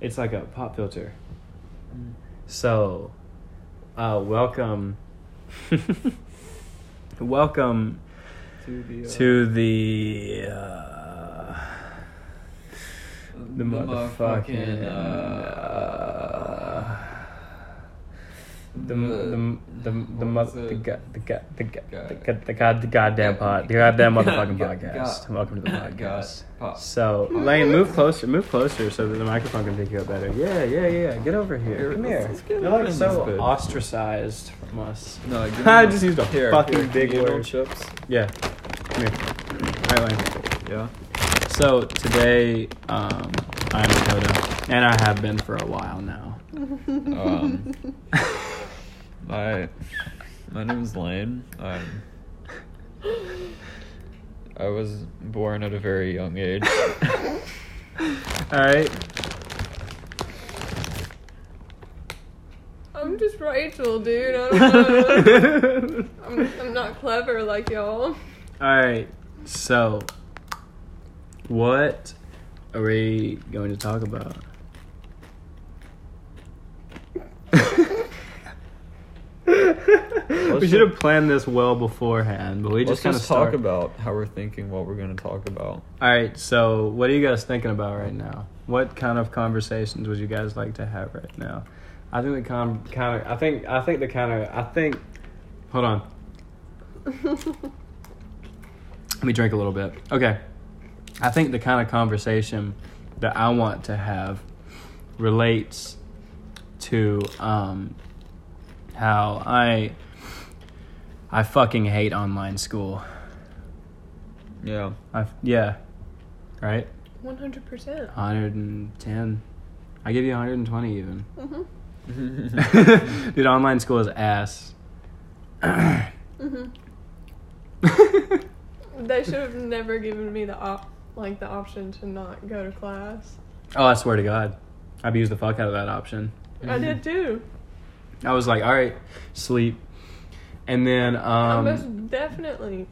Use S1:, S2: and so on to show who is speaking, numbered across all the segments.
S1: It's like a pop filter. So, uh, welcome, welcome
S2: To the, uh,
S1: to the uh, the motherfucking uh, the the the the the
S2: what was
S1: mother the
S2: it?
S1: god the god the god
S2: God.
S1: the god the god the goddamn pod the goddamn motherfucking podcast. Welcome to the
S2: God,
S1: podcast.
S2: pop.
S1: So Lane, move closer, move closer, so that the microphone can pick you up better. Yeah, yeah, yeah. Get over here.
S2: Here,
S1: Come
S2: let's-
S1: here.
S2: let's get
S1: You're
S2: in
S1: like
S2: this
S1: so
S2: bit.
S1: ostracized from us.
S2: No, give me
S1: I
S2: my-
S1: just used a
S2: Here,
S1: fucking
S2: here,
S1: big
S2: you want
S1: word.
S2: Chips.
S1: Yeah. Come here. All right, Lane.
S2: Yeah.
S1: So today, um, I'm Dakota, and I have been for a while now.
S2: Um, my my name is Lane. Um, I was born at a very young age.
S1: All right.
S3: I'm just Rachel, dude. I don't know. I'm, I'm not clever like y'all.
S1: All right. So, what are we going to talk about? we should have planned this well beforehand, but we
S2: Let's
S1: just kind of
S2: just talk about how we're thinking, what we're gonna talk about.
S1: All right. So, what are you guys thinking about right now? What kind of conversations would you guys like to have right now? I think the com- kind of. I think. I think the kind of. I think. Hold on. Let me drink a little bit. Okay. I think the kind of conversation that I want to have relates to um, how I I fucking hate online school.
S2: Yeah.
S1: I yeah, right.
S3: 100%.
S1: 110. I give you 120 even.
S3: hmm
S1: Mm-hmm. Dude, online school is ass.
S3: hmm They should have never given me the op- like the option to not go to class.
S1: Oh, I swear to God. I abused the fuck out of that option.
S3: I did too.
S1: I was like, all right, sleep. And then,
S3: I
S1: um, most-,
S3: most definitely.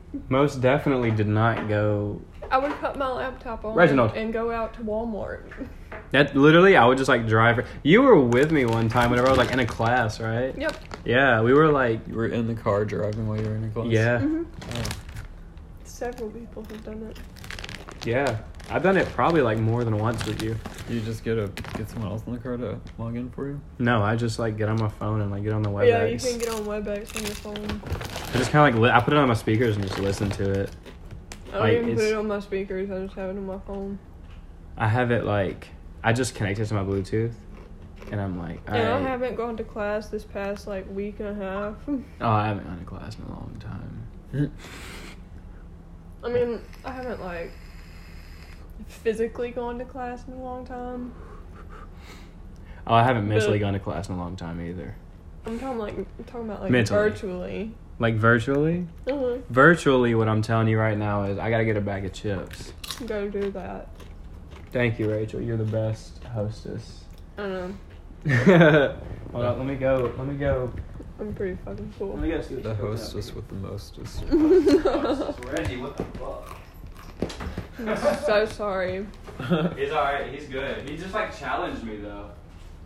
S1: definitely did not go.
S3: I would put my laptop on
S1: Reginald.
S3: and go out to Walmart.
S1: That literally, I would just like drive. You were with me one time whenever I was like in a class, right?
S3: Yep.
S1: Yeah, we were like,
S2: You were in the car driving while you were in a class.
S1: yeah,
S3: hmm
S2: Oh.
S3: Several people have done it.
S1: yeah. I've done it probably like more than once with you.
S2: You just get a get someone else in the car to log in for you.
S1: No, I just like get on my phone and like get on the WebEx.
S3: Yeah, you can get on WebEx on your phone.
S1: I just kind of like li- I put it on my speakers and just listen to it. Like,
S3: I don't even put
S1: it's-
S3: it on my speakers. I just have it on my phone.
S1: I have it like I just connect it to my Bluetooth, and I'm like,
S3: And I
S1: alright.
S3: haven't gone to class this past like week and a half.
S1: oh, I haven't gone to class in a long time.
S3: I mean, I haven't like physically gone to class in a long time.
S1: Oh, I haven't mentally
S3: But-
S1: gone to class in a long time either.
S3: I'm talking like I'm talking about like
S1: Mentally.
S3: virtually.
S1: Like virtually,
S3: Uh-huh.
S1: virtually, what I'm telling you right now is I gotta get a bag of chips.
S3: Go do that.
S1: Thank you, Rachel. You're the best hostess.
S3: I don't know.
S1: Hold on, let me go. Let me go.
S3: I'm pretty fucking
S1: Let
S3: cool.
S1: me go. see what
S2: The
S1: she puts out
S2: hostess with the mostest.
S1: here. Reggie, what the fuck?
S3: I'm so sorry.
S1: He's alright, he's good. He just like challenged me though.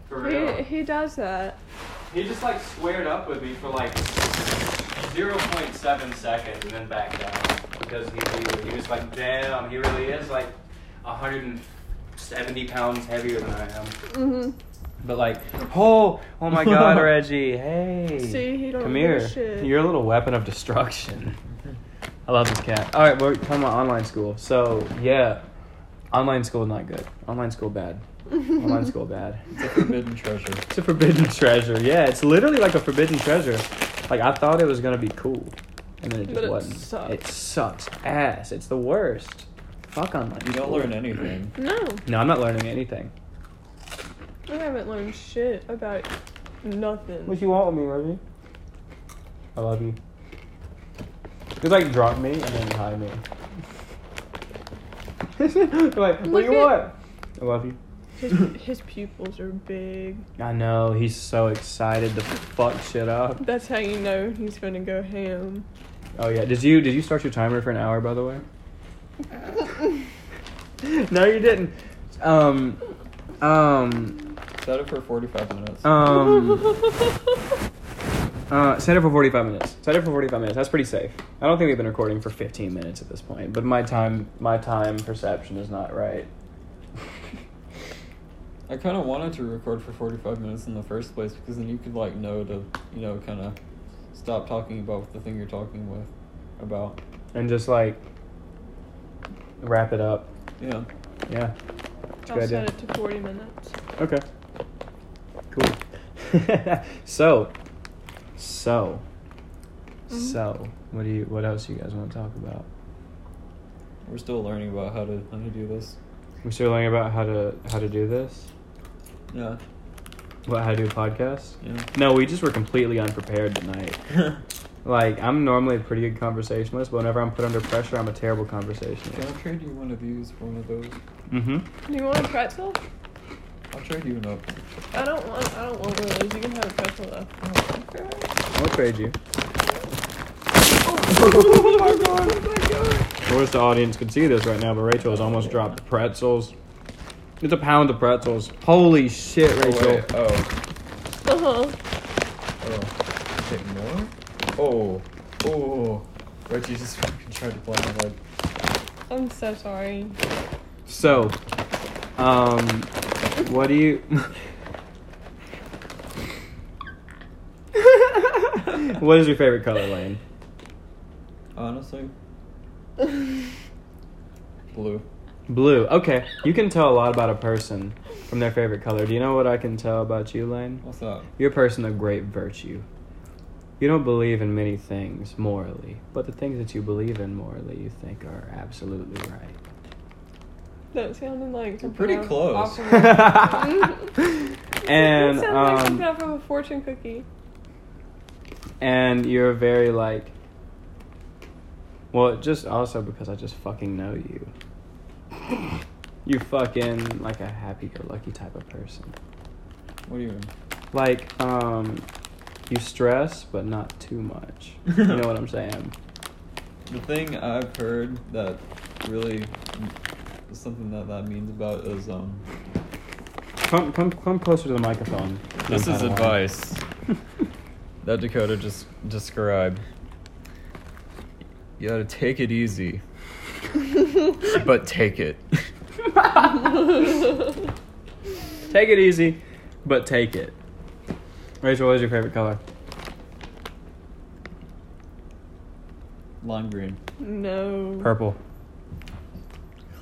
S1: For
S3: He, he does that.
S1: He just like squared up with me for like 0.7 seconds and then backed down because he, he, he was like, damn, he really is like 170 pounds heavier than I am.
S3: hmm
S1: But like, oh, oh my god, Reggie, hey.
S3: See, he don't
S1: Come
S3: give
S1: here.
S3: a shit.
S1: You're a little weapon of destruction. I love this cat. All right, we're talking about online school. So yeah, online school not good. Online school bad. Online school bad.
S2: It's a forbidden treasure.
S1: It's a forbidden treasure. Yeah, it's literally like a forbidden treasure. Like I thought it was gonna be cool, and then it just
S3: But it
S1: wasn't.
S3: sucks.
S1: It sucks ass. It's the worst. Fuck online.
S2: You don't
S1: school.
S2: learn anything.
S3: No,
S1: No, I'm not learning anything.
S3: I haven't learned shit about nothing.
S1: What you want with me, Reggie? I love you. Just like drop me and then hide me. like, what do you
S3: Look
S1: want?
S3: at-
S1: I love you.
S3: His, his pupils are big.
S1: I know he's so excited to fuck shit up.
S3: That's how you know he's gonna go ham.
S1: Oh yeah, did you did you start your timer for an hour by the way? no, you didn't. Um, um,
S2: Set it for 45 minutes.
S1: Um, uh, set it for 45 minutes. Set it for 45 minutes. That's pretty safe. I don't think we've been recording for 15 minutes at this point, but my time my time perception is not right.
S2: I kind of wanted to record for 45 minutes in the first place because then you could, like, know to, you know, kind of stop talking about the thing you're talking with about.
S1: And just like wrap it up.
S2: Yeah.
S1: Yeah. It's a
S3: I'll
S1: good
S3: set
S1: idea.
S3: it to 40 minutes.
S1: Okay. Cool. so, so, Mm-hmm.
S3: Mhm.
S1: so, what do you? What else you guys want to talk about?
S2: We're still learning about how to how to do this.
S1: We're still learning about how to how to do this.
S2: Yeah.
S1: What how to do a podcast?
S2: Yeah.
S1: No, we just were completely unprepared tonight. Like I'm normally a pretty good conversationalist, but whenever I'm put under pressure, I'm a terrible
S2: Can I
S1: conversationalist.
S2: trade you one of these for one of those?
S1: Mm-hmm.
S3: Do you want a pretzel?
S2: I'll trade you another.
S3: I don't want. I don't want one of those. You can have a pretzel though.
S2: Okay.
S1: I'll trade you.
S3: oh my god! Oh my god!
S1: Of course, the audience could see this right now, but Rachel has almost dropped pretzels. It's a pound of pretzels. Holy shit,
S2: Oh,
S1: Rachel!
S2: wait. Oh.
S3: Uh huh.
S2: Oh. Take more? Oh. Oh. Reggie just fucking tried to play my leg.
S3: I'm so sorry.
S1: So, um, what do you? what is your favorite color, Lane?
S2: Honestly, blue.
S1: Blue. Okay, you can tell a lot about a person from their favorite color. Do you know what I can tell about you, Lane?
S2: What's up?
S1: You're a person of great virtue. You don't believe in many things morally, but the things that you believe in morally, you think are absolutely
S3: That sounded like
S2: You're pretty
S3: something
S2: close.
S3: off of a-
S1: right. and
S3: that sounds like
S1: um,
S3: something off of a fortune cookie.
S1: and you're very like well just also because i just fucking know you you fucking like a happy-go-lucky type of person
S2: What do you
S1: like um you stress but not too much you know what i'm saying
S2: The thing I've heard that really something that that means about is um.
S1: come come come closer to the microphone
S2: This is
S1: Kinda loud.
S2: advice that Dakota just described. You gotta take it easy, but take it.
S1: take it easy but take it rachel what is your favorite color
S2: Lime green.
S3: No.
S1: purple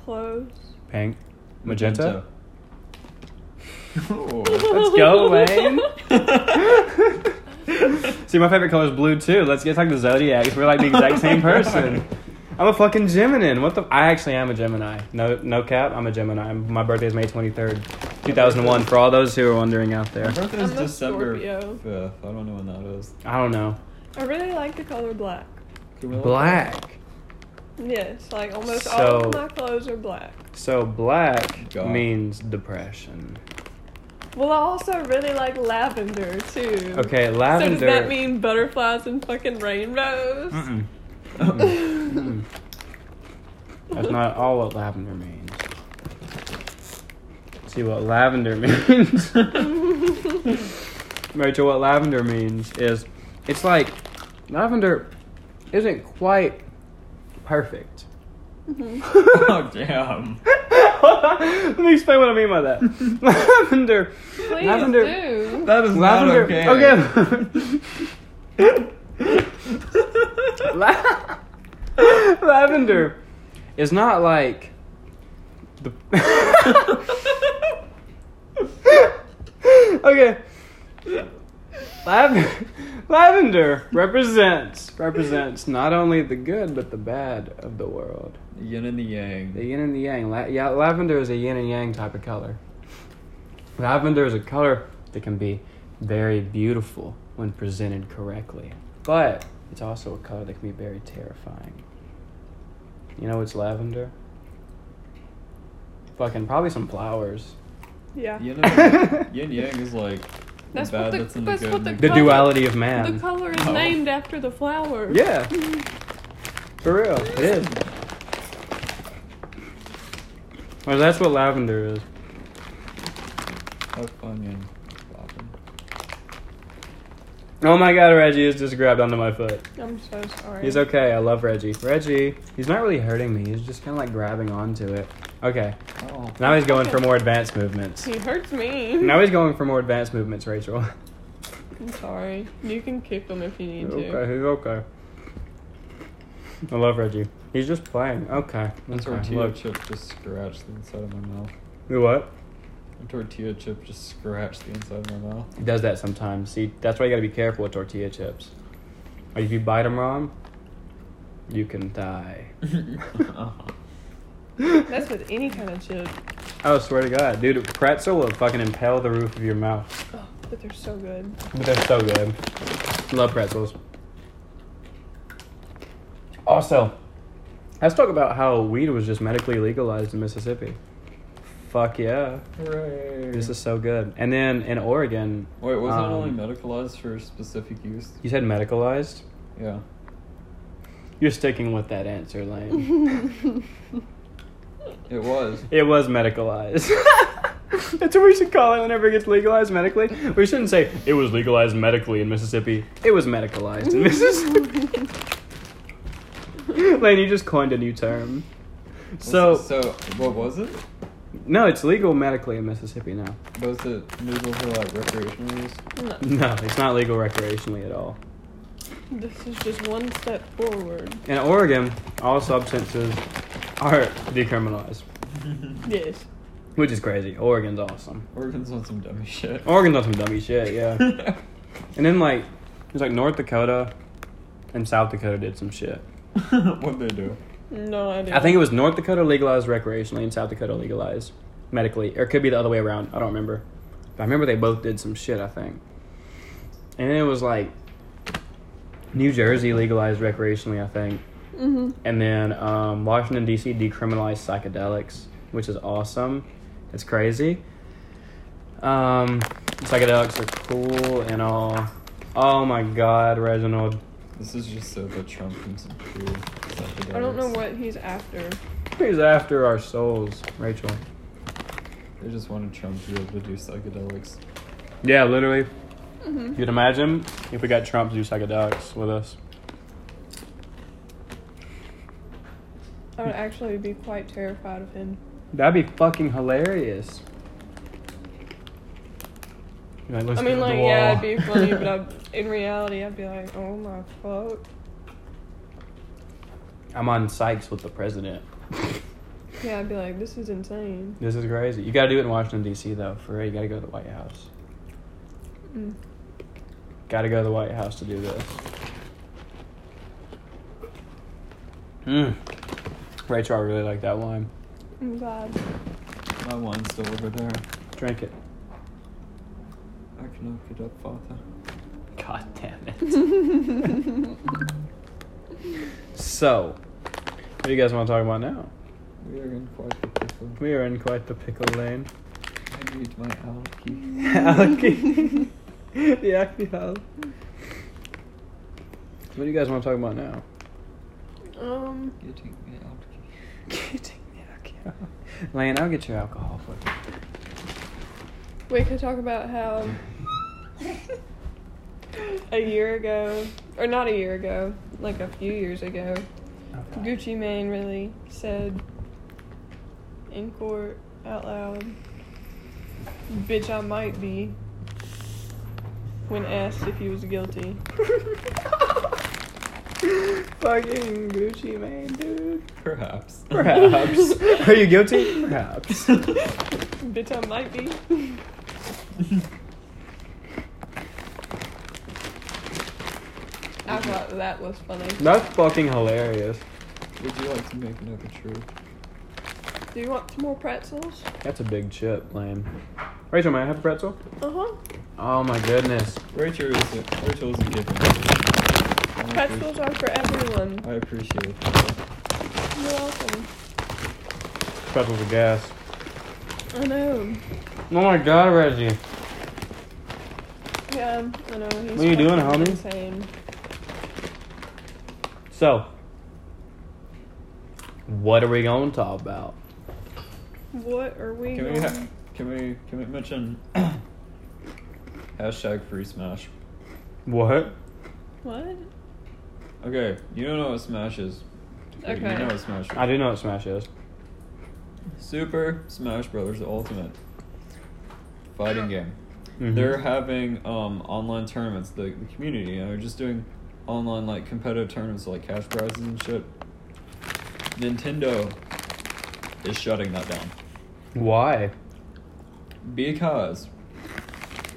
S3: Close.
S1: pink magenta,
S2: Magenta.
S1: let's go wayne See, my favorite color is blue too. Let's get like the zodiacs. We're like the exact same person. I'm a fucking Gemini. What the? I actually am a Gemini. No, no cap. I'm a Gemini. My birthday is May 23rd, 2001. For all those who are wondering
S2: My
S1: out there,
S2: birthday's
S3: I'm a
S2: December
S3: Scorpio.
S2: 5th. I don't know when that is.
S1: I don't know.
S3: I really like the color black.
S2: Can we look
S1: Black.
S3: Yes, like almost all of
S1: So-
S3: my clothes are black.
S1: So black
S2: God.
S1: means depression.
S3: Well, I also really like lavender too.
S1: Okay,
S3: So
S1: lavender. Mm.
S3: does that mean butterflies and fucking rainbows?
S1: Mm-mm.
S2: it up?
S1: Mm-mm. That's not all what lavender means. See what lavender means. Rachel, what lavender means is it's like lavender isn't quite perfect.
S2: oh, damn.
S1: Let me explain what I mean by that. lavender.
S3: Please
S1: Lavender-
S3: do.
S2: That is
S1: Lavender.
S2: not okay.
S1: okay. La- lavender is not like the. okay. Lav- lavender represents represents not only the good but the bad of the world.
S2: The yin and the yang.
S1: The yin and the yang. La- yeah, lavender is a yin and yang type of color. Lavender is a color that can be very beautiful when presented correctly, but it's also a color that can be very terrifying. You know what's lavender? Fucking probably some flowers.
S3: Yeah.
S2: Yin and yin yang is like
S3: That's
S2: the bad
S3: what the-
S2: that's in
S3: that's
S2: the good.
S3: what
S2: and
S3: the
S1: The
S3: Color.
S1: duality of
S3: The
S1: man.
S3: color is
S2: Oh.
S3: named after the flower.
S1: yeah. For real, it is. Well, that's what lavender is.
S2: I Fuck Bunyan. Boppin.
S1: Oh my god, Reggie has just grabbed onto my foot.
S3: I'm so sorry.
S1: He's okay. I love Reggie. Reggie, he's not really hurting me. He's just kind of like grabbing onto it. Okay.
S2: Oh.
S1: Now he's going for more advanced movements.
S3: He hurts me.
S1: Now he's going for more advanced movements, Rachel.
S3: I'm sorry. You can kick him if you need
S1: Okay, he's
S3: to.
S1: okay. I love Reggie. He's just playing. Okay.
S2: A
S1: okay.
S2: tortilla
S1: Look.
S2: chip just scratched the inside of my mouth.
S1: You what?
S2: A tortilla chip just scratched the inside of my mouth.
S1: He does that sometimes. See, that's why you gotta be careful with tortilla chips. Like, if you bite them wrong, you can die.
S3: That's with any kind of chip.
S1: Oh, swear to God, dude, a pretzel will fucking impale the roof of your mouth.
S3: Oh, but they're so good.
S1: But they're so good. Love pretzels. Also, let's talk about how weed was just medically legalized in Mississippi. Fuck yeah,
S2: Hooray.
S1: this is so good. And then in Oregon,
S2: Wait, wasn't it only
S1: um,
S2: medicalized for specific use?
S1: you said medicalized.
S2: Yeah.
S1: You're sticking with that answer, Lane.
S2: It was.
S1: It was medicalized. That's what we should call it whenever it gets legalized medically. We shouldn't say it was legalized medically in Mississippi. It was medicalized in Mississippi. Lane, you just coined a new term. So,
S2: Was it- so what was it?
S1: no, it's legal medically in Mississippi now.
S2: Was it legal for like recreational use?
S3: No,
S1: No, it's not legal recreationally at all.
S3: this is just one step forward.
S1: In Oregon, all substances are decriminalized,
S3: Yes.
S1: which is crazy. Oregon's awesome.
S2: Oregon's on some dummy shit.
S1: Oregon's on some dummy shit, yeah. And then like it was like North Dakota and South Dakota did some shit.
S2: What'd they do?
S3: No idea.
S1: I think it was North Dakota legalized recreationally and South Dakota legalized medically. Or it could be the other way around. I don't remember. But I remember they both did some shit, I think. And then it was like New Jersey legalized recreationally, I think.
S3: Mm-hmm.
S1: And then um, Washington, D.C. decriminalized psychedelics, which is awesome. It's crazy. Um, psychedelics are cool and all. Oh my god, Reginald.
S2: This is just so that Trump can secure
S3: I don't know what he's after.
S1: He's after our souls, Rachel.
S2: They just wanted Trump to be able to do psychedelics.
S1: Yeah, literally.
S3: Mm-hmm.
S1: You'd imagine if we got Trump to do psychedelics with us.
S3: I would actually be quite terrified of him.
S1: That'd be fucking hilarious.
S3: I mean, like, yeah, it'd be funny, but I'd, in reality, I'd be like, oh my fuck.
S1: I'm on Sykes with the president.
S3: Yeah, I'd be like, this is insane.
S1: This is crazy. You gotta do it in Washington D.C. though. For real, you gotta go to the White House.
S3: Mm.
S1: Gotta go to the White House to do this. Mm. Rachel, I really like that wine.
S3: I'm glad.
S2: My wine's still over there.
S1: Drink it.
S2: I can knock it up, Father.
S1: God damn it. so, what do you guys want to talk about now?
S2: We are in quite the pickle.
S1: We are in quite the pickle lane.
S2: I need my alky.
S1: Alky. the acne hole. What do you guys want to talk about now?
S3: Um,
S2: Getting me alky.
S1: Lane, I'll get you alcohol for you.
S3: we could talk about how a year ago, or not a year ago, like a few years ago, Gucci Mane really said in court out loud, "Bitch, I might be." When asked if he was guilty,
S1: Fucking Gucci Mane, dude.
S2: Perhaps.
S1: Perhaps. Are you guilty? Perhaps.
S3: bitch, I might be. I thought that was funny.
S1: That's fucking hilarious.
S2: Would you like to make another truth?
S3: Do you want some more pretzels?
S1: That's a big chip, Lane. Rachel, may I have a pretzel?
S3: Uh huh.
S1: Oh my goodness.
S2: Rachel is a, Rachel is a given. I
S3: Pretzels
S2: appreciate,
S3: are for everyone.
S2: I appreciate that.
S3: You're welcome.
S1: Pretzel's a gas.
S3: I know.
S1: Oh my god, Reggie.
S3: Yeah, I know. He's
S1: What you doing,
S3: fucking
S1: homie?
S3: Insane.
S1: So, what are we going to talk about?
S3: What are we
S2: Can
S3: going?
S2: we, ha- can Can we can we mention hashtag free Smash?
S1: What?
S3: What?
S2: Okay, you don't know what Smash is. You
S3: Okay.
S2: know what Smash is.
S1: I do know what Smash is.
S2: Super Smash Brothers Ultimate fighting game.
S1: Mhm.
S2: They're having um, online tournaments. The, the community, you know, just doing online like competitive tournaments, like cash prizes and shit. Nintendo is shutting that down
S1: Why?
S2: because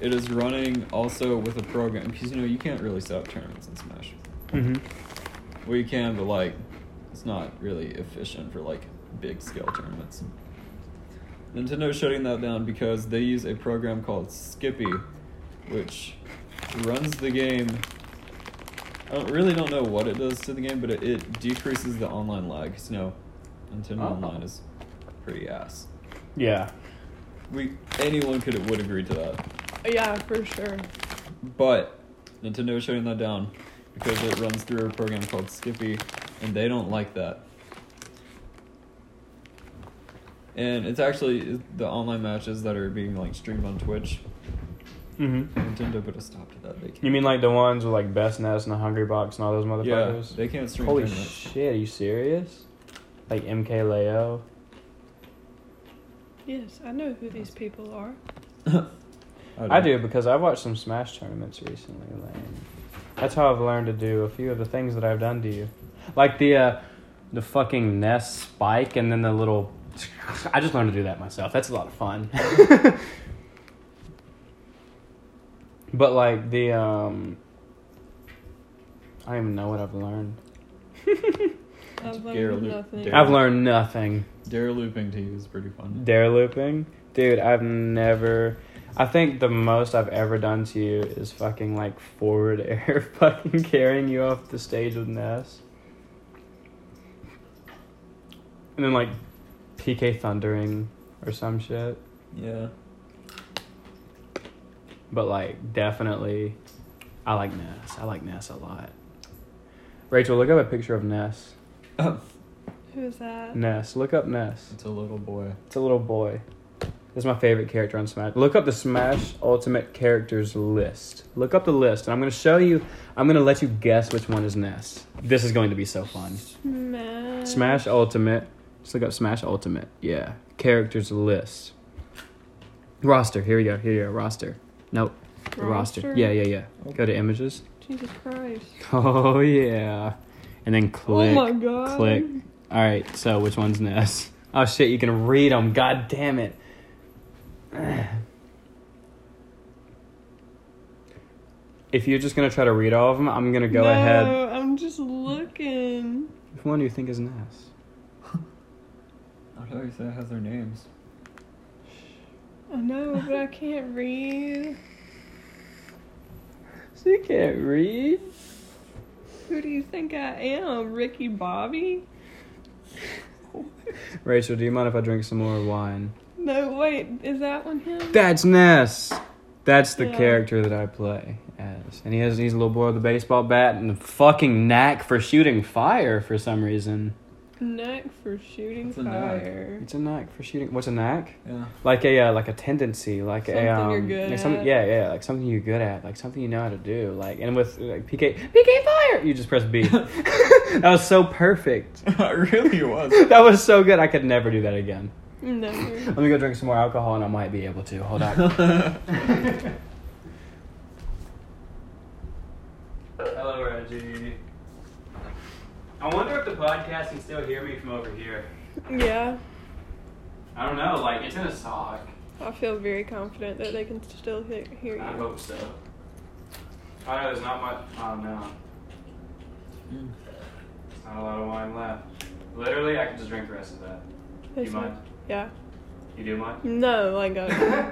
S2: it is running also with a program. Because you know you can't really set up tournaments in Smash.
S1: Mm-hmm.
S2: Well, you can, but like, it's not really efficient for like big scale tournaments. Nintendo's shutting that down because they use a program called Skippy, which runs the game. I don't, really don't know what it does to the game, but it, it decreases the online lag. Cause you know, Nintendo
S1: Oh.
S2: Online is pretty ass.
S1: Yeah.
S2: We anyone could would agree to that.
S3: Yeah, for sure.
S2: But Nintendo is shutting that down because it runs through a program called Skippy, and they don't like that. And it's actually the online matches that are being like streamed on Twitch.
S1: Mm-hmm.
S2: Nintendo put a stop to that. They can't.
S1: You mean like the ones with like Best Nest and the Hungry Box and all those
S2: yeah,
S1: motherfuckers?
S2: they can't stream.
S1: Holy
S2: tournaments.
S1: shit! Are you serious? Like MKLeo.
S3: Yes, I know who these people are.
S1: I do because I watched some Smash tournaments recently, Lane. That's how I've learned to do a few of the things that I've done to you, like the uh, the fucking nest spike and then the little. I just learned to do that myself. That's a lot of fun. but like the um, I don't even know what I've learned.
S3: I've
S2: Geralt-
S3: learned nothing.
S2: Dare-
S1: I've learned nothing.
S2: Dare looping to you is pretty fun.
S1: Dare looping? Dude, I've never. I think the most I've ever done to you is fucking like forward air, fucking carrying you off the stage with Ness. And then like PK thundering or some shit.
S2: Yeah.
S1: But like definitely, I like Ness. I like Ness a lot. Rachel, look up a picture of Ness.
S3: Who is that?
S1: Ness, look up Ness.
S2: It's a little boy.
S1: It's a little boy. This is my favorite character on Smash. Look up the Smash Ultimate characters list. Look up the list, and I'm gonna show you. I'm gonna let you guess which one is Ness. This is going to be so fun.
S3: Smash.
S1: Smash Ultimate. Just look up Smash Ultimate. Yeah, characters list. Roster. Here we go. Here we go. Roster. Nope. The roster. Yeah, yeah, yeah. Go to images.
S3: Jesus Christ.
S1: Oh yeah. And then click.
S3: oh my God.
S1: click. All right, so which one's Ness? Oh shit, you can read them. God damn it. If you're just gonna try to read all of them, I'm gonna go
S3: no,
S1: ahead.
S3: I'm just looking.
S1: Which one do you think is Ness?
S2: I don't know if that has their names.
S3: I know, but I can't read.
S1: She can't read.
S3: Who do you think I am, Ricky Bobby?
S1: Rachel, do you mind if I drink some more wine?
S3: No, wait, is that one him?
S1: That's Ness. That's the
S3: Yeah.
S1: character that I play as, and he has he's a little boy with a baseball bat and a fucking knack for shooting fire for some reason.
S3: Neck for shooting
S2: It's a neck.
S3: fire.
S1: It's a knack for shooting. What's a knack?
S2: Yeah.
S1: like a uh, like a tendency, like
S3: Something
S1: a
S3: you're
S1: um,
S3: good
S1: like some-
S3: at.
S1: yeah, yeah, like something you're good at, like something you know how to do, like and with like PK PK fire, you just press B. that was so perfect.
S2: it really was.
S1: That was so good. I could never do that again.
S3: Never.
S1: Let me go drink some more alcohol, and I might be able to. Hold on. Hello, Reggie. I wonder if the podcast can still hear me from over here.
S3: Yeah,
S1: I don't know. Like it's in a sock.
S3: I feel very confident that they can still he- hear
S1: I
S3: you.
S1: hope so. I know there's not much. I don't know. There's not a lot of wine left. Literally, I could just drink the rest of that.
S3: They
S1: you
S3: said-
S1: mind?
S3: Yeah.
S1: You do mind?
S3: No, like, uh,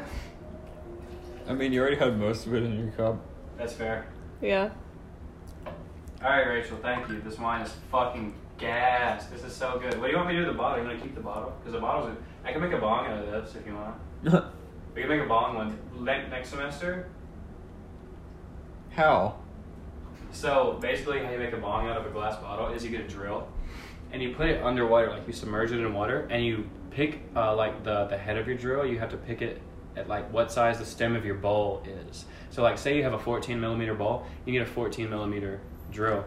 S2: I mean, you already had most of it in your cup.
S1: That's fair.
S3: yeah.
S1: All right, Rachel. Thank you. This wine is fucking gas. This is so good. What do you want me to do with the bottle? You want to keep the bottle? Because the bottle's. I can make a bong out of this if you want. We can make a bong one ne- next semester.
S2: How?
S1: So basically, how you make a bong out of a glass bottle is you get a drill, and you put it underwater, like you submerge it in water, and you pick uh, like the the head of your drill. You have to pick it at like what size the stem of your bowl is. So like say you have a 14 millimeter bowl, you need a 14 millimeter drill.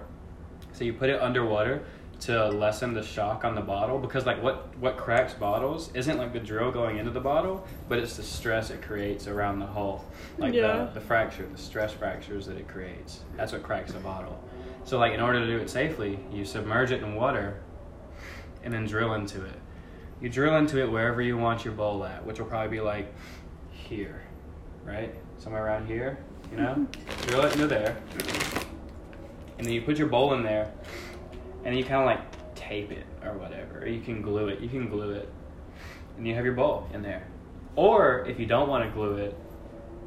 S1: So you put it underwater to lessen the shock on the bottle because like what what cracks bottles isn't like the drill going into the bottle, but it's the stress it creates around the hull, like
S3: Yeah.
S1: the, the fracture, the stress fractures that it creates. That's what cracks a bottle. So like in order to do it safely, you submerge it in water and then drill into it. You drill into it wherever you want your bowl at, which will probably be like here, right? Somewhere around here, you know? Drill it into there. And then you put your bowl in there and you kind of like tape it or whatever. Or you can glue it. You can glue it. And you have your bowl in there. Or if you don't want to glue it,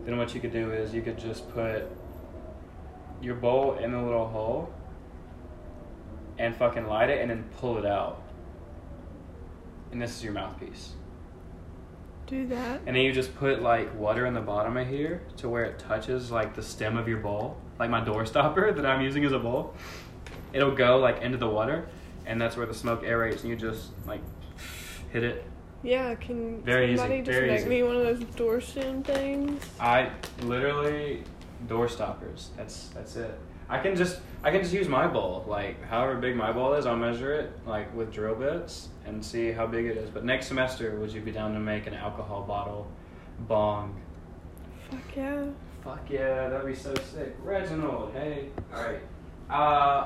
S1: then what you could do is you could just put your bowl in the little hole and fucking light it and then pull it out. And this is your mouthpiece.
S3: Do that.
S1: And then you just put like water in the bottom of here to where it touches like the stem of your bowl, like my door stopper that I'm using as a bowl. It'll go like into the water, and that's where the smoke aerates, and you just like hit it.
S3: Yeah, can
S1: Very easy,
S3: somebody just
S1: very
S3: make
S1: easy.
S3: me one of those door stem things?
S1: I literally door stoppers. That's that's it. I can just I can just use my bowl, like however big my bowl is, I'll measure it like with drill bits and see how big it is. But next semester, would you be down to make an alcohol bottle bong?
S3: Fuck yeah.
S1: Fuck yeah, that'd be so sick. Reginald, hey. Alright. Uh,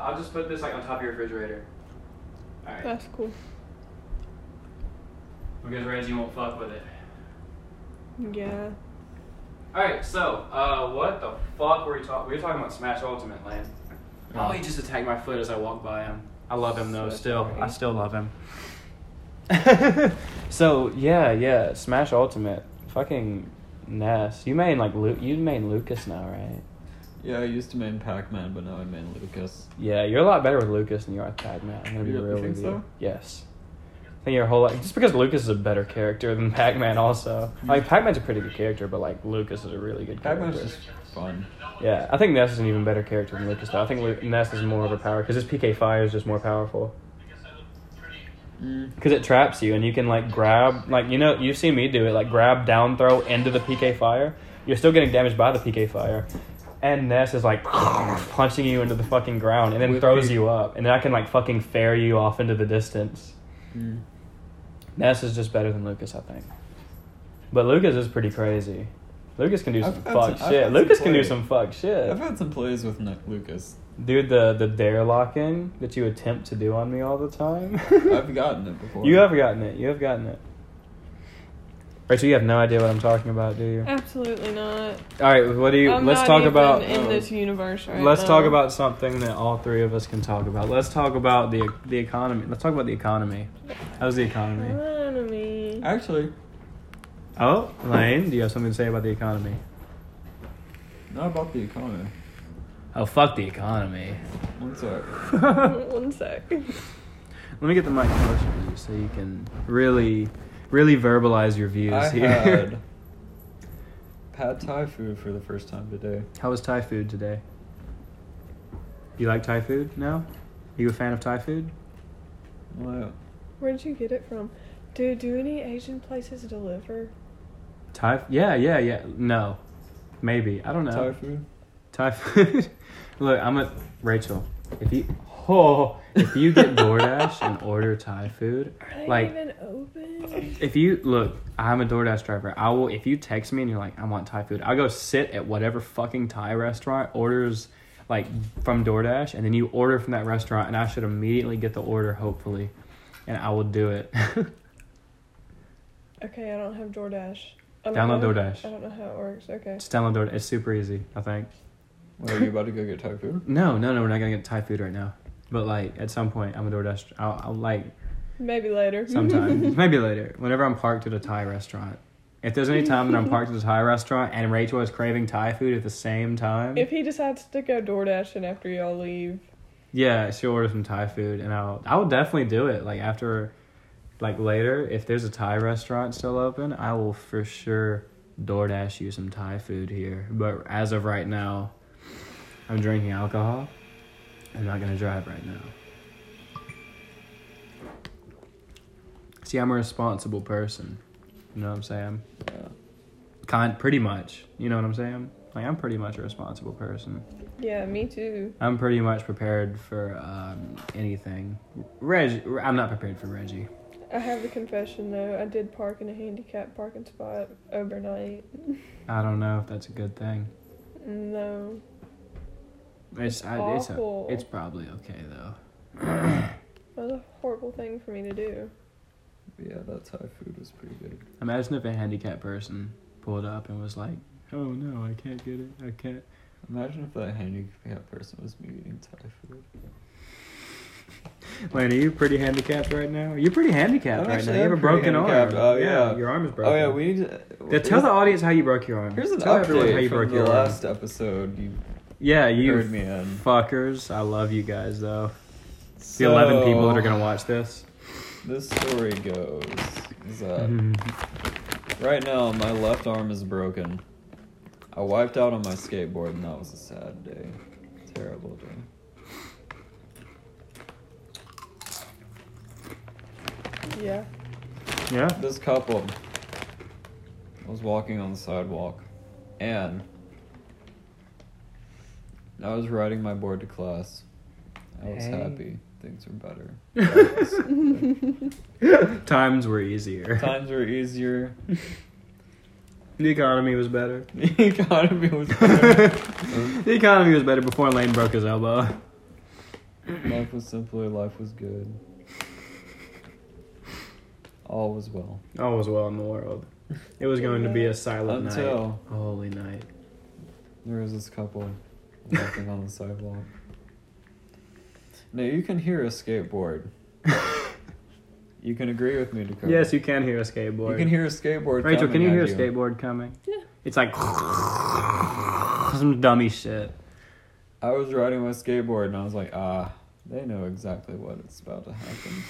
S1: I'll just put this like on top of your refrigerator. Alright.
S3: That's cool.
S1: Because Reggie won't fuck with it.
S3: Yeah.
S1: Alright, so, uh, what the fuck were we talking? We were talking about Smash Ultimate, Land. Oh, he just attacked my foot as I walked by him. I love him though,
S2: So
S1: still.
S2: sorry.
S1: I still love him. so, yeah, yeah, Smash Ultimate. Fucking Ness. You main like Luke, you main Lucas now, right?
S2: Yeah, I used to main Pac-Man, but now I main Lucas.
S1: Yeah, you're a lot better with Lucas than you are with Pac-Man. I'm gonna be
S2: You
S1: real
S2: think
S1: with you.
S2: so?
S1: Yes. I think your whole life, just because Lucas is a better character than Pac-Man, also. Like Pac-Man's a pretty good character, but like Lucas is a really good character.
S2: Pac-Man's just fun.
S1: Yeah, I think Ness is an even better character than Lucas. Though I think Lu- Ness is more overpowered because his PK fire is just more powerful.
S2: Mm.
S1: Because it traps you and you can like grab, like you know, you've seen me do it, like grab down throw into the PK fire. You're still getting damaged by the PK fire, and Ness is like punching you into the fucking ground and then
S2: With
S1: throws
S2: the-
S1: you up, and then I can like fucking fair you off into the distance. Mm-hmm.
S2: Mm.
S1: Ness is just better than Lucas, I think. But Lucas is pretty crazy. Lucas can do some
S2: I've had
S1: fuck
S2: some- I've
S1: shit.
S2: had some
S1: Lucas can do
S2: play.
S1: some fuck shit.
S2: I've had some plays with Nick Lucas.
S1: Dude, the the dare lock in that you attempt to do on me all the time.
S2: I've gotten it before.
S1: You have gotten it. You have gotten it. Rachel, you have no idea what I'm talking about, do you?
S3: Absolutely not.
S1: All right, what do you?
S3: I'm
S1: let's
S3: not
S1: talk
S3: even
S1: about.
S3: in
S2: um,
S3: this universe right
S1: let's talk
S3: now.
S1: about something that all three of us can talk about. Let's talk about the the economy. Let's talk about the economy. How's the economy?
S3: economy.
S2: Actually,
S1: Oh, Lane, do you have something to say about the economy?
S2: not about the economy.
S1: Oh, fuck the economy.
S2: One sec.
S3: One sec.
S1: Let me get the mic closer to you so you can really, really verbalize your views
S2: I
S1: here.
S2: had pad thai food for the first time today.
S1: How was Thai food today? You like Thai food now? Are you a fan of Thai food?
S2: Wow.
S3: Where'd you get it from? Dude, do any Asian places deliver?
S1: Thai? Yeah, yeah, yeah. No, maybe I don't know.
S2: Thai food.
S1: Thai food. Look, I'm a Rachel. If you oh, if you get DoorDash and order Thai food,
S3: Are they
S1: Like-
S3: even open?
S1: if you look, I'm a DoorDash driver. I will. If you text me and you're like, I want Thai food, I'll go sit at whatever fucking Thai restaurant orders like from DoorDash, and then you order from that restaurant, and I should immediately get the order, hopefully, and I will do it.
S3: Okay, I don't have DoorDash. I don't
S1: Download
S3: know-
S1: DoorDash.
S3: I don't know how it works. Okay.
S1: Just download DoorDash. It's super easy, I think.
S2: Wait, are you about to go get Thai food?
S1: No, no, no, we're not gonna get Thai food right now. But like at some point, I'm a DoorDash. I'll, I'll like
S3: Maybe later.
S1: sometime, maybe later, whenever I'm parked at a Thai restaurant. If there's any time that I'm parked at a Thai restaurant and Rachel is craving Thai food at the same time,
S3: if he decides to go DoorDash and after y'all leave,
S1: yeah, she'll order some Thai food, and I'll I'll definitely do it. Like after, like later, if there's a Thai restaurant still open, I will for sure DoorDash you some Thai food here. But as of right now, I'm drinking alcohol. I'm not gonna drive right now. See, I'm a responsible person. You know what I'm saying?
S2: Yeah.
S1: kind pretty much. You know what I'm saying? Like I'm pretty much a responsible person.
S3: Yeah, me too.
S1: I'm pretty much prepared for um, anything. Reg, I'm not prepared for Reggie.
S3: I have a confession though. I did park in a handicapped parking spot overnight.
S1: I don't know if that's a good thing.
S3: No.
S1: It's
S3: It's
S1: I, it's, a,
S3: awful.
S1: it's probably okay though.
S3: That was a horrible thing for me to do.
S2: But yeah, that Thai food was pretty good.
S1: Imagine if a handicapped person pulled up and was like, "Oh no, I can't get it. I can't."
S2: Imagine if that handicapped person was me eating Thai food.
S1: Wait, are you pretty handicapped right now? You're pretty handicapped
S2: I'm
S1: right now.
S2: actually-
S1: You have a
S2: I'm pretty
S1: broken arm.
S2: handicapped. Oh, yeah.
S1: your arm is broken.
S2: Oh yeah, we need to.
S1: Now, tell the audience how you broke your arm.
S2: Here's an
S1: tell everyone
S2: update from the last episode. You
S1: Yeah, you
S2: heard me in.
S1: fuckers. I love you guys though. The 11 people that are going to watch this.
S2: This story goes is that
S1: Mm-hmm.
S2: right now my left arm is broken. I wiped out on my skateboard, and that was a sad day, terrible day.
S3: Yeah.
S1: yeah.
S2: This couple was walking on the sidewalk, and I was riding my board to class. I was
S1: Hey.
S2: happy. Things were better.
S1: Times were easier.
S2: Times were easier.
S1: the economy was better.
S2: The economy was better.
S1: the economy was better before Lane broke his elbow.
S2: life was simpler. Life was good. All was well.
S1: All was well in the world. It was going to be a silent night.
S2: Until
S1: Holy night.
S2: there was this couple walking on the sidewalk. Now you can hear a skateboard. you can agree with me, Dakota.
S1: Yes, you can hear a skateboard.
S2: You can hear a skateboard.
S1: Rachel, can
S2: coming
S1: you hear a
S2: at
S1: skateboard coming?
S3: Yeah.
S1: It's like some dummy shit.
S2: I was riding my skateboard and I was like, ah, they know exactly what it's about to happen.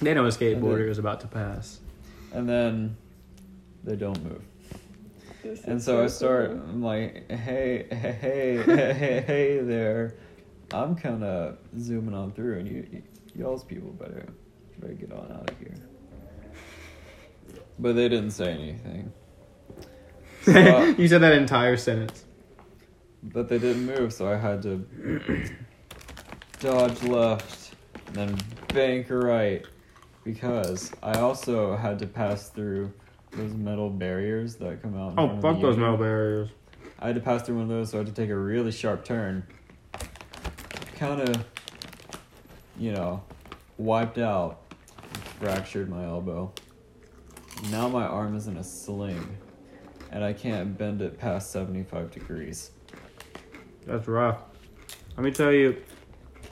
S1: They know a skateboarder is about to pass.
S2: And then they don't move.
S3: This is
S2: And so I start,
S3: cool.
S2: I'm like, hey, hey, hey, hey, hey, hey there. I'm kind of zooming on through, and you, y'all's people better, better get on out of here. But they didn't say anything. So-
S1: you said that entire sentence.
S2: But they didn't move, so I had to dodge left and then bank right because I also had to pass through those metal barriers that come out. in front
S1: Oh,
S2: of
S1: fuck
S2: the
S1: those
S2: union.
S1: metal barriers.
S2: I had to pass through one of those, so I had to take a really sharp turn. Kind of, you know, wiped out, fractured my elbow. Now my arm is in a sling, and I can't bend it past 75 degrees.
S1: That's rough. Let me tell you,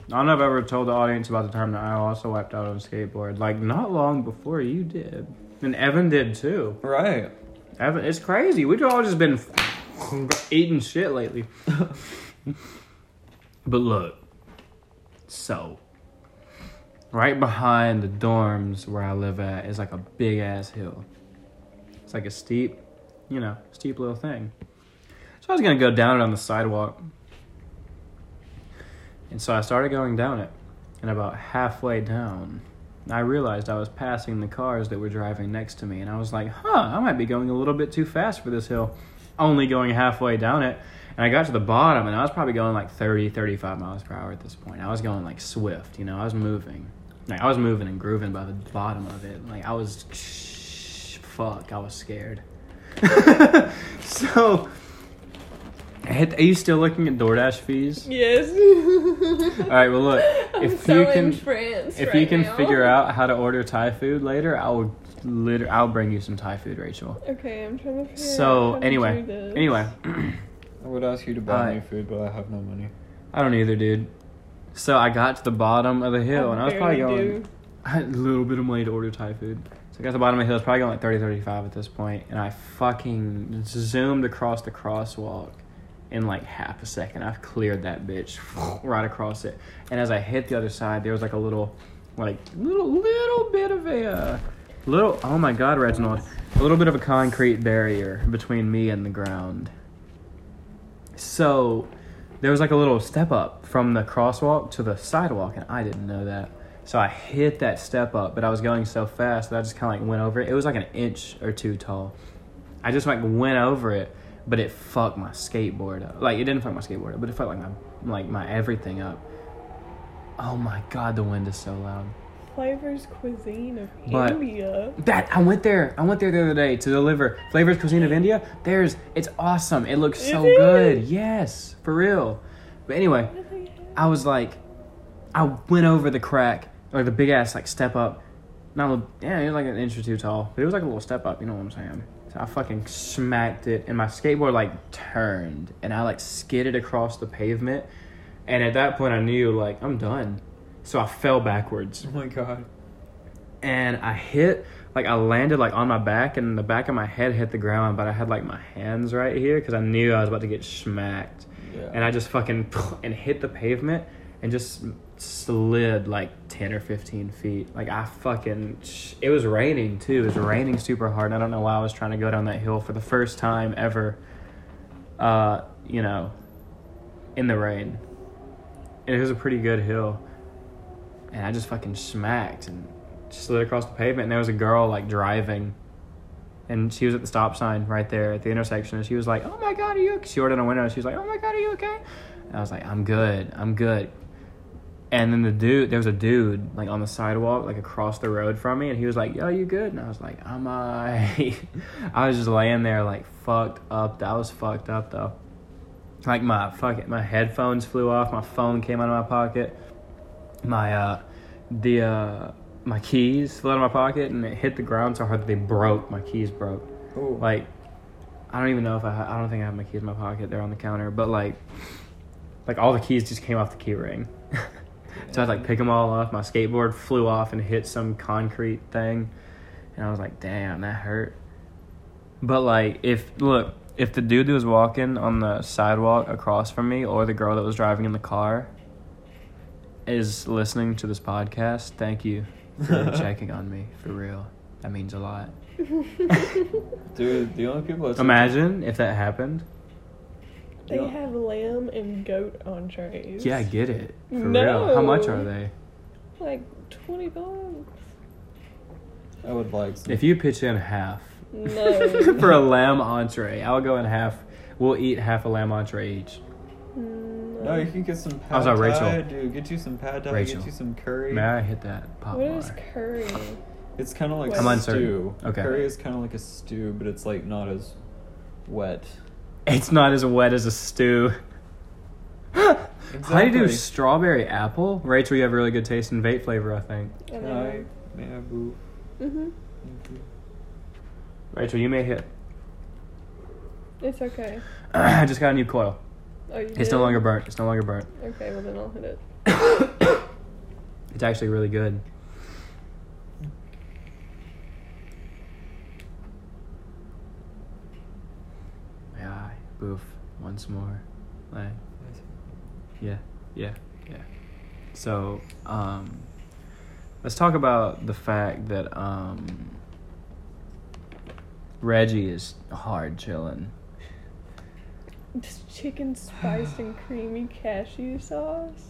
S1: I don't know if I ever told the audience about the time that I also wiped out on a skateboard. Like, not long before you did. And Evan did too.
S2: Right.
S1: Evan, it's crazy. We've all just been eating shit lately. but look, so right behind the dorms where I live at is like a big ass hill. It's like a steep, you know, steep little thing. So I was gonna go down it on the sidewalk, and so I started going down it, and about halfway down. I realized I was passing the cars that were driving next to me, and I was like, huh, I might be going a little bit too fast for this hill, only going halfway down it. And I got to the bottom, and I was probably going like 30, 35 miles per hour at this point. I was going like swift, you know, I was moving. Like, I was moving and grooving by the bottom of it. Like, I was, fuck, I was scared. so, are you still looking at DoorDash fees?
S3: Yes.
S1: All right, well, look,
S3: I'm
S1: if
S3: so
S1: you can.
S3: in France
S1: If
S3: right
S1: you can
S3: now.
S1: figure out how to order Thai food later, I will liter- I'll bring you some Thai food, Rachel.
S3: Okay, I'm trying to figure out.
S1: So
S3: how to
S1: anyway,
S3: do this.
S1: anyway,
S2: I would ask you to buy
S1: Uh,
S2: me food, but I have no money.
S1: I don't either, dude. So I got to the bottom of the hill, and I was probably
S3: barely
S1: going
S3: do.
S1: I had a little bit of money to order Thai food. So I got to the bottom of the hill. It's probably going like 30, 35 at this point, and I fucking zoomed across the crosswalk in like half a second. I've cleared that bitch right across it, and as I hit the other side, there was like a little, like little little bit of a uh, little. Oh my God, Reginald, a little bit of a concrete barrier between me and the ground. So there was like a little step up from the crosswalk to the sidewalk, and I didn't know that. So I hit that step up, but I was going so fast that I just kind of like went over it. It was like an inch or two tall. I just like went over it, but it fucked my skateboard up. Like it didn't fuck my skateboard up, but it fucked like my like my everything up. Oh my god, the wind is so loud.
S3: Flavors Cuisine of
S1: But-
S3: India.
S1: That I went there. I went there the other day to deliver Flavors Cuisine of India. There's it's awesome. It looks so
S3: Is it?
S1: good. Yes, for real. But anyway, I was like, I went over the crack, like the big ass like step up. Not a little, yeah, it was like an inch or two tall, but it was like a little step up. You know what I'm saying? So I fucking smacked it, and my skateboard like turned, and I like skidded across the pavement. And at that point, I knew like I'm done. So I fell backwards
S2: Oh my god.
S1: and I hit like I landed like on my back and the back of my head hit the ground, but I had like my hands right here because I knew I was about to get smacked,
S2: Yeah.
S1: and I just fucking and hit the pavement and just slid like ten or fifteen feet. Like I fucking it was raining too. It was raining super hard. And I don't know why I was trying to go down that hill for the first time ever. Uh, you know, in the rain, and it was a pretty good hill and I just fucking smacked and slid across the pavement. And there was a girl like driving, and she was at the stop sign right there at the intersection. And she was like, "Oh my god, are you?" okay?" She ordered a window. And she was like, "Oh my god, are you okay?" And I was like, "I'm good. I'm good." And then the dude, there was a dude like on the sidewalk, like across the road from me, and he was like, "Yo, you good?" And I was like, "I'm I." I was just laying there like fucked up. That was fucked up though. Like my fucking my headphones flew off. My phone came out of my pocket my uh the uh my keys fell out of my pocket and it hit the ground so hard that they broke my keys broke
S2: Ooh.
S1: like i don't even know if i ha- i don't think i have my keys in my pocket they're on the counter but like like all the keys just came off the key ring so i'd like pick them all up my skateboard flew off and hit some concrete thing and i was like damn that hurt but like if look if the dude that was walking on the sidewalk across from me or the girl that was driving in the car is listening to this podcast, thank you for checking on me for real. That means a lot.
S2: Dude, the only people that's
S1: Imagine if that happened.
S3: They
S2: Yeah.
S3: have lamb and goat entrees.
S1: Yeah, I get it. For
S3: No.
S1: real. How much are they?
S3: Like twenty bucks.
S2: I would like some.
S1: If you pitch in half
S3: No.
S1: for a lamb entree, I'll go in half. We'll eat half a lamb entree each.
S2: No, you
S3: no.
S2: can get some pad
S1: I was like, Rachel.
S2: thai, dude. Get you some pad thai.
S1: Rachel.
S2: Get you some curry.
S1: May I hit that pop
S3: What is
S1: bar?
S3: curry?
S2: It's kind of like
S3: I'm
S1: uncertain.
S2: stew.
S1: Okay.
S2: Curry is kind of like a stew, but it's like not as wet.
S1: It's not as wet as a stew. How do you do
S2: Exactly.
S1: strawberry apple? Rachel, you have really good taste in vape flavor, I think.
S3: I
S2: Can I? May I boo?
S3: hmm
S2: Thank you.
S1: Rachel, you may hit.
S3: It's okay.
S1: I just got a new coil.
S3: Oh, you
S1: It's
S3: did?
S1: no longer burnt. It's no longer burnt.
S3: Okay, well then I'll hit it.
S1: It's actually really good. May I boof once more? Like, yeah, yeah, yeah. So, um, let's talk about the fact that um, Reggie is hard chilling.
S3: This chicken spiced and creamy cashew sauce.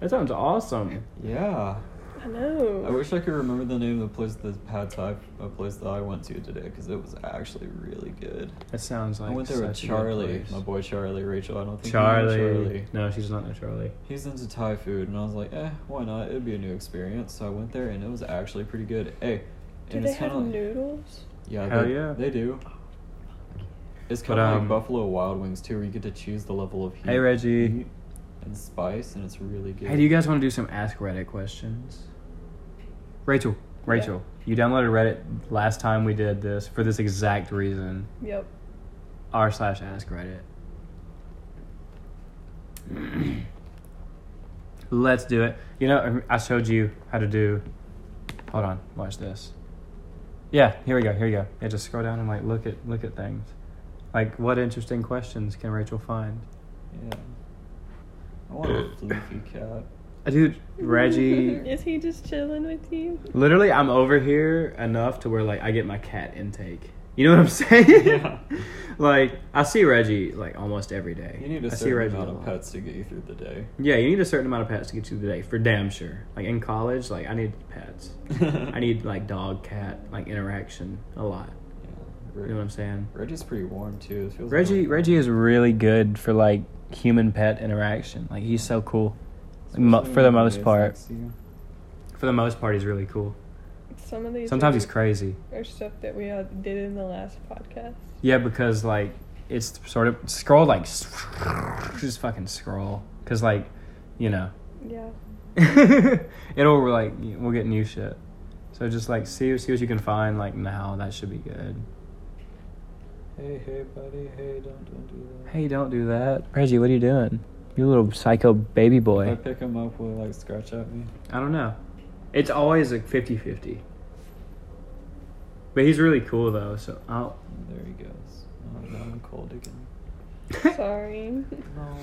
S1: That sounds awesome.
S2: Yeah.
S3: I know.
S2: I wish I could remember the name of the place, the pad thai, a place that I went to today, because it was actually really good.
S1: That sounds like
S2: I went there with
S1: such a good
S2: Charlie,
S1: place.
S2: my boy Charlie. Rachel, I don't think you know
S1: Charlie.
S2: Charlie.
S1: No, she's not no Charlie.
S2: He's into Thai food, and I was like, eh, why not? It'd be a new experience. So I went there, and it was actually pretty good. Hey,
S3: Do
S2: and
S3: they
S2: it's kind
S3: have
S2: of like,
S3: noodles?
S2: yeah,
S1: Hell
S2: they,
S1: yeah.
S2: they do. It's
S1: But,
S2: kind of
S1: um,
S2: like Buffalo Wild Wings too, where you get to choose the level of heat,
S1: Hey, Reggie.
S2: heat and spice, and it's really good.
S1: Hey, do you guys want to do some Ask Reddit questions? Rachel, Rachel, you downloaded Reddit last time we did this for this exact reason.
S3: Yep.
S1: R slash Ask Reddit. Let's do it. You know, um, I showed you how to do. Hold on, watch this. Yeah, here we go. Here we go. Yeah, just scroll down and like look at look at things. Like, what interesting questions can Rachel find?
S2: Yeah. I want a floofy cat.
S1: Dude, Reggie.
S3: Is he just chilling with you?
S1: Literally, I'm over here enough to where like I get my cat intake. You know what I'm saying?
S2: Yeah.
S1: like I see Reggie like almost every day.
S2: You need a
S1: I see
S2: certain
S1: Reggie
S2: amount
S1: a
S2: of
S1: lot.
S2: pets to get you through the day.
S1: Yeah, you need a certain amount of pets to get you through the day for damn sure. Like in college, like I need pets. I need like dog cat like interaction a lot.
S2: Yeah.
S1: You know what I'm saying?
S2: Reggie's pretty warm too. It feels
S1: Reggie
S2: warm.
S1: Reggie is really good for like human pet interaction. Like he's so cool.
S2: Especially
S1: Mo- for the
S2: when
S1: most
S2: he's
S1: part.
S2: next to you.
S1: For the most part, he's really cool.
S3: Some of these
S1: Sometimes
S3: are-
S1: he's crazy.
S3: are stuff that we uh, did in the last podcast.
S1: Yeah, because like it's sort of scroll like just fucking scroll because like you know
S3: Yeah.
S1: it'll like we'll get new shit. So just like see see what you can find like now that should be good.
S2: Hey, hey, buddy. Hey, don't don't do that.
S1: Hey, don't do that, Reggie. What are you doing? You little psycho baby
S2: If I
S1: boy.
S2: pick him up, will he like scratch at me?
S1: I don't know. It's always a 50-50. But he's really cool though. So I'll.
S2: There he goes. Oh, now I'm cold again.
S3: Sorry.
S2: No.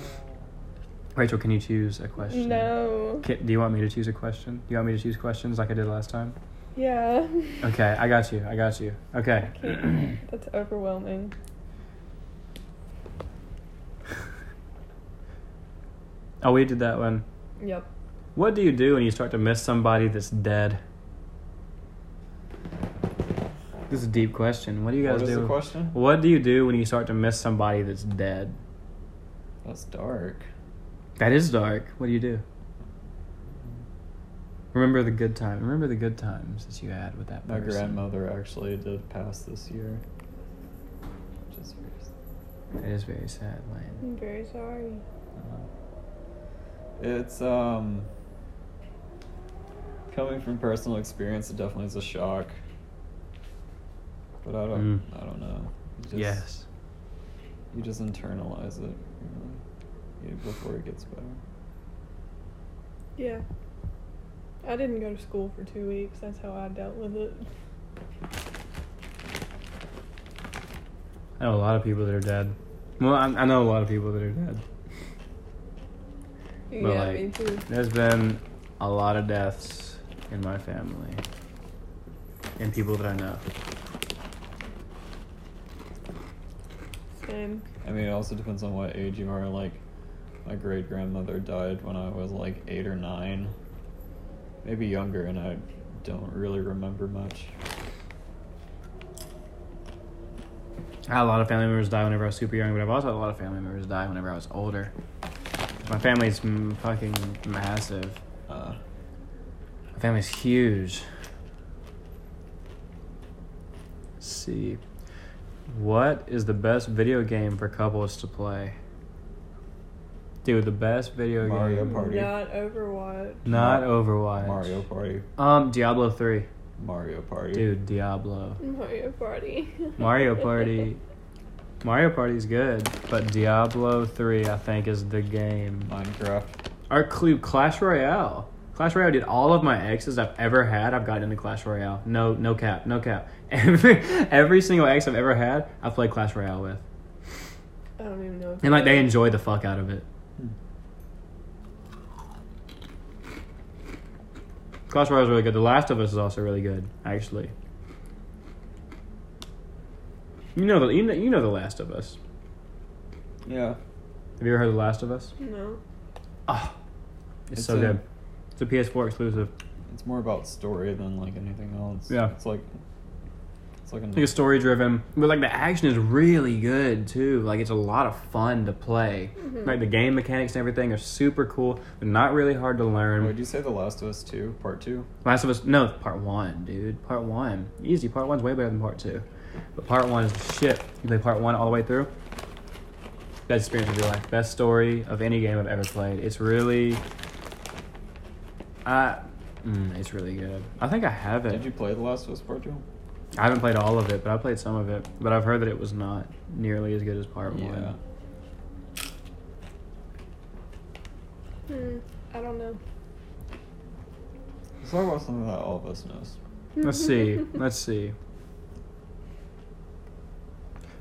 S1: Rachel, can you choose a question?
S3: no.
S1: Ki- Do you want me to choose a question? Do you want me to choose questions like I did last time?
S3: Yeah.
S1: Okay, I got you. I got you. Okay.
S3: Okay. That's overwhelming.
S1: Oh, we did that one.
S3: Yep.
S1: What do you do when you start to miss somebody that's dead? This is a deep question. What do you guys
S2: What is
S1: do?
S2: the question?
S1: What do you do when you start to miss somebody that's dead?
S2: That's dark.
S1: That is dark. What do you do? Remember the good time. Remember the good times that you had with that
S2: My
S1: person.
S2: grandmother actually did pass this year. Which is very sad.
S1: It is very sad, Lane.
S3: I'm very sorry.
S2: uh, It's um coming from personal experience. It definitely is a shock, but I don't.
S1: Mm.
S2: I don't know. You just,
S1: yes.
S2: You just internalize it really, you- before it gets better.
S3: Yeah. I didn't go to school for two weeks. That's how I dealt with it.
S1: I know a lot of people that are dead. Well, I, I know a lot of people that are dead. But,
S3: yeah,
S1: like,
S3: me too.
S1: There's been a lot of deaths in my family and people that I know.
S3: Same.
S2: I mean, it also depends on what age you are. Like, my great grandmother died when I was like eight or nine, maybe younger, and I don't really remember much.
S1: I had a lot of family members die whenever I was super young, but I've also had a lot of family members die whenever I was older. My family's m- fucking massive.
S2: Uh,
S1: My family's huge. Let's see. What is the best video game for couples to play? Dude, the best video
S2: Mario
S1: game.
S2: Party.
S3: Not Overwatch.
S1: Not
S2: Mar-
S1: Overwatch.
S2: Mario Party.
S1: Um, Diablo 3.
S2: Mario Party.
S1: Dude, Diablo.
S3: Mario Party.
S1: Mario Party. Mario Party's good, but Diablo 3 I think is the game.
S2: Minecraft.
S1: Our clue Clash Royale. Clash Royale, dude. All of my exes I've ever had, I've gotten into Clash Royale. No, no cap, no cap. Every every single ex I've ever had, I played Clash Royale with,
S3: I don't even know. if-
S1: and like they enjoy the fuck out of it.
S2: Hmm.
S1: Clash Royale is really good. The Last of Us is also really good, actually. You know the you know, you know the Last of Us.
S2: Yeah.
S1: Have you ever heard of The Last of Us?
S3: No.
S1: Oh, it's,
S2: It's
S1: so
S2: a-
S1: good. It's a PS4 exclusive.
S2: It's more about story than like anything else.
S1: Yeah.
S2: It's like it's like an
S1: like a story driven but like the action is really good too like it's a lot of fun to play like the game mechanics and everything are super cool they're not really hard to learn
S2: Wait, did you say The Last of Us 2, part 2?
S1: last of us no part one dude part one easy part one's way better than part two but part one is the shit you play part one all the way through best experience of your life best story of any game i've ever played it's really i mm, it's really good i think i have it
S2: Did you play The Last of Us part 2?
S1: I haven't played all of it, but I played some of it. But I've heard that it was not nearly as good as part
S2: Yeah.
S1: one.
S3: Hmm. I don't know.
S2: Let's talk about something that all of us knows.
S1: Let's see. Let's see.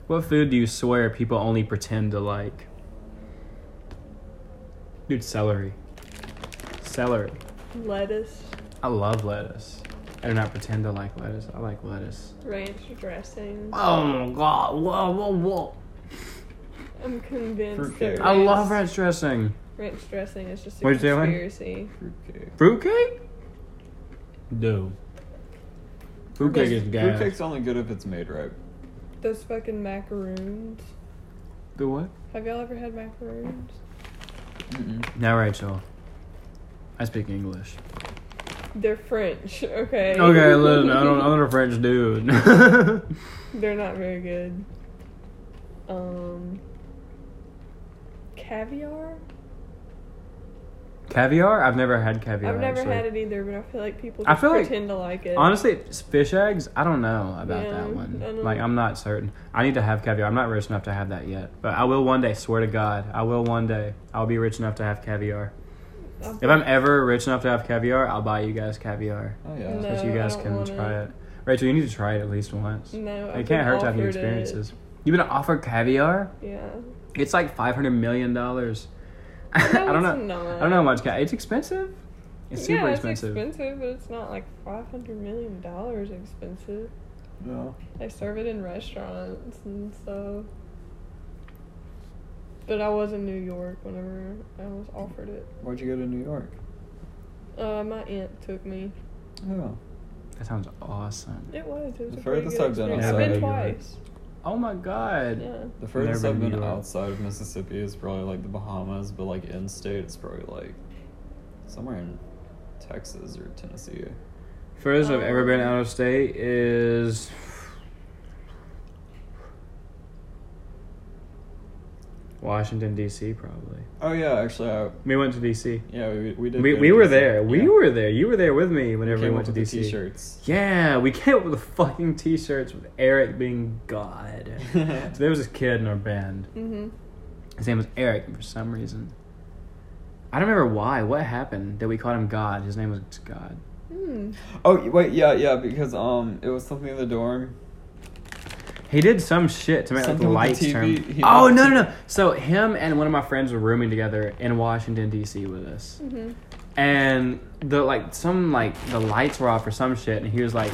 S1: What food do you swear people only pretend to like? Dude, celery. Celery.
S3: Lettuce,
S1: I love lettuce. I do not pretend to like lettuce. I like lettuce.
S3: ranch dressing.
S1: Oh my god. Whoa, whoa, whoa.
S3: I'm convinced that
S2: Fruitcake.
S1: I
S3: ranch-
S1: love ranch dressing.
S3: ranch dressing is just a
S1: What'd you say, Lynn?
S3: conspiracy.
S2: Fruitcake.
S1: Fruitcake? Dude. Fruitcake is gas.
S2: Fruitcake's only good if it's made right.
S3: those fucking macaroons.
S1: The what?
S3: Have y'all ever had macaroons?
S2: Mm-mm.
S1: Now, Rachel. I speak English.
S3: They're French, okay.
S1: Okay, listen, I don't, I'm not a French dude.
S3: They're not very good. Um, caviar?
S1: caviar? I've never had caviar.
S3: I've never
S1: actually.
S3: had it either, but I feel like people
S1: I
S3: just
S1: feel like-
S3: pretend to like it.
S1: Honestly, it's fish eggs. I don't know about
S3: Yeah,
S1: that
S3: I
S1: one.
S3: don't
S1: Like,
S3: know.
S1: I'm not certain. I need to have caviar. I'm not rich enough to have that yet, but I will one day. Swear to God, I will one day. I'll be rich enough to have caviar.
S3: I'll-
S1: If I'm ever rich enough to have caviar, I'll buy you guys caviar
S2: Oh yeah.
S1: so
S3: No,
S1: you
S3: I
S1: guys
S3: don't
S1: can
S3: want
S1: try
S3: it.
S1: it. Rachel, you need to try it at least once.
S3: no, I've
S1: it can't
S3: been
S1: hurt to have new
S3: offered it.
S1: experiences. You've been offered caviar.
S3: Yeah.
S1: It's like five hundred million dollars. I
S3: No,
S1: don't know.
S3: it's not.
S1: I don't know how much. Ca- it's expensive. It's super
S3: yeah,
S1: expensive.
S3: It's expensive, but it's not like five hundred million dollars expensive.
S2: No.
S3: They serve it in restaurants and stuff. But I was in New York whenever I was offered it.
S2: Why'd you go to New York?
S3: Uh, my aunt took me.
S2: Oh.
S1: That sounds awesome.
S3: It was. It was
S2: The
S3: a pretty
S2: furthest
S3: good
S2: I've been
S3: experience.
S1: outside
S3: I've been
S1: of New York.
S3: twice.
S1: Oh my god.
S3: Yeah.
S2: The furthest
S1: Never
S2: I've
S1: been
S2: been
S1: to Europe.
S2: outside of Mississippi is probably like the Bahamas, but like in state, it's probably like somewhere in Texas or Tennessee.
S1: Furthest I've ever
S3: Um,
S1: been out of state is Washington D.C. Probably.
S2: Oh yeah, actually, I,
S1: We went to D.C.
S2: yeah, we, we did.
S1: We,
S2: go to
S1: we were
S2: DC.
S1: there. We
S2: Yeah.
S1: were there. You were there with me whenever we
S2: Came
S1: went to
S2: up with the
S1: D.C.
S2: T-shirts.
S1: Yeah, we came up with the fucking T-shirts with Eric being God. so there was this kid in our band.
S3: Mm-hmm.
S1: His name was Eric, and for some reason, I don't remember why. What happened that we called him God? His name was God.
S3: Hmm.
S2: Oh wait, yeah, yeah, because um, it was something in the dorm.
S1: He did some shit to make like, the
S2: Something with the
S1: lights
S2: TV.
S1: turn.
S2: He-
S1: Oh no no no! So him and one of my friends were rooming together in Washington D.C. with us,
S3: Mm-hmm.
S1: and the like some like the lights were off or some shit, and he was like,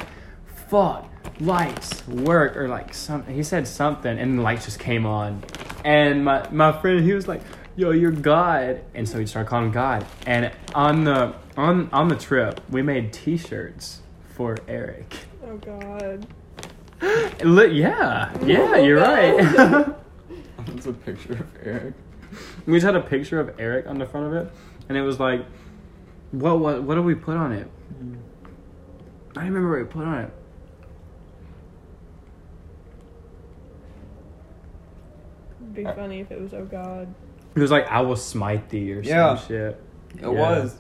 S1: "Fuck, lights work," or like some. He said something, and the lights just came on, and my my friend he was like, "Yo, you're God," and so he started calling him God, and on the on on the trip we made T-shirts for Eric.
S3: Oh God.
S1: Li- yeah,
S3: Oh,
S1: yeah, you're right.
S2: It's a picture of Eric.
S1: We just had a picture of Eric on the front of it, and it was like, what what what did we put on it? I don't remember what we put on it.
S3: It'd be funny if it was oh God.
S1: It was like I will smite thee or
S2: Yeah.
S1: some shit.
S2: It
S1: Yeah.
S2: was.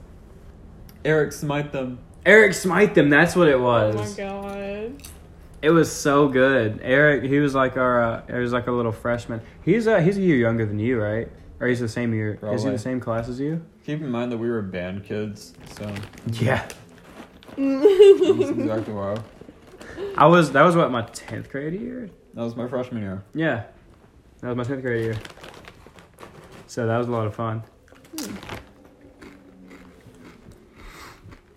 S2: Eric smite them.
S1: Eric smite them. That's what it was.
S3: Oh my God.
S1: It was so good. Eric, he was like our, uh, he was like a little freshman. He's uh, he's a year younger than you, right? Or he's the same year. Is he
S2: Probably.
S1: the same class as you?
S2: Keep in mind that we were band kids, so
S1: Yeah.
S2: that's exactly why.
S1: I was. That was what my tenth grade year.
S2: That was my freshman year.
S1: Yeah, that was my tenth grade year. So that was a lot of fun.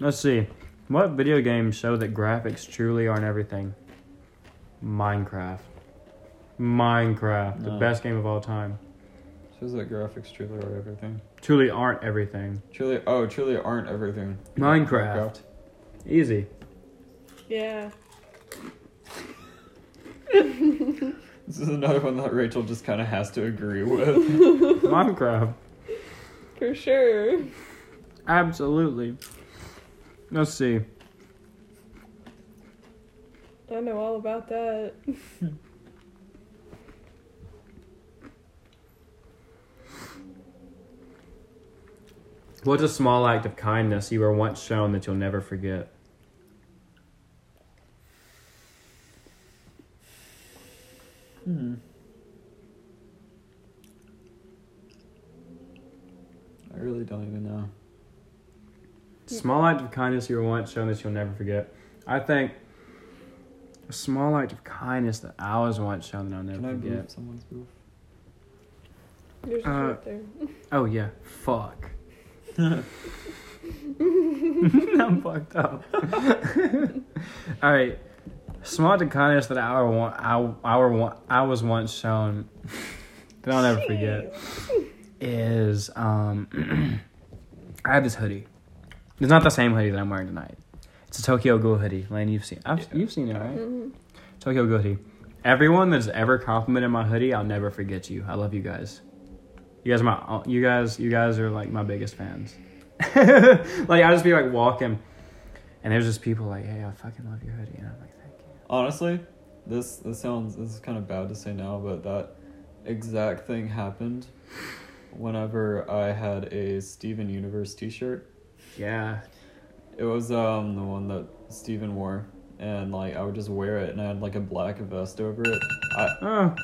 S1: Let's see, what video games show that graphics truly aren't everything? Minecraft. Minecraft, the
S2: No.
S1: best game of all time.
S2: Shows that graphics truly are everything.
S1: Truly aren't everything.
S2: Truly, oh, truly aren't everything.
S1: Minecraft. Easy.
S3: yeah.
S2: This is another one that Rachel just kind of has to agree with.
S1: Minecraft.
S3: For sure.
S1: Absolutely. Let's see.
S3: I know all about that.
S1: What's a small act of kindness you were once shown that you'll never forget?
S2: hmm. I really don't even know.
S1: Small act of kindness you were once shown that you'll never forget. I think a small act of kindness that I was once shown that I'll never
S2: Can I
S1: forget.
S2: move someone's booth?
S3: There's a
S1: Uh,
S3: shirt there.
S1: Oh yeah, fuck. I'm fucked up. All right, small act of kindness that I were one, I, I, were one, I was once shown that I'll never forget. is um I have this hoodie. It's not the same hoodie that I'm wearing tonight. It's a Tokyo Ghoul hoodie. Lane, you've seen I've,
S2: Yeah.
S1: you've seen it, right?
S3: Mhm.
S1: Tokyo Ghoul hoodie. Everyone that's ever complimented my hoodie, I'll never forget you. I love you guys. You guys are my you guys you guys are like my biggest fans. like I'll just be like walking and there's just people like, Hey, I fucking love your hoodie and I'm like, Thank you.
S2: Honestly, this this sounds this is kind of bad to say now, but that exact thing happened whenever I had a Steven Universe T-shirt.
S1: Yeah.
S2: It was um the one that Steven wore, and like I would just wear it, and I had like a black vest over it. I
S1: Oh.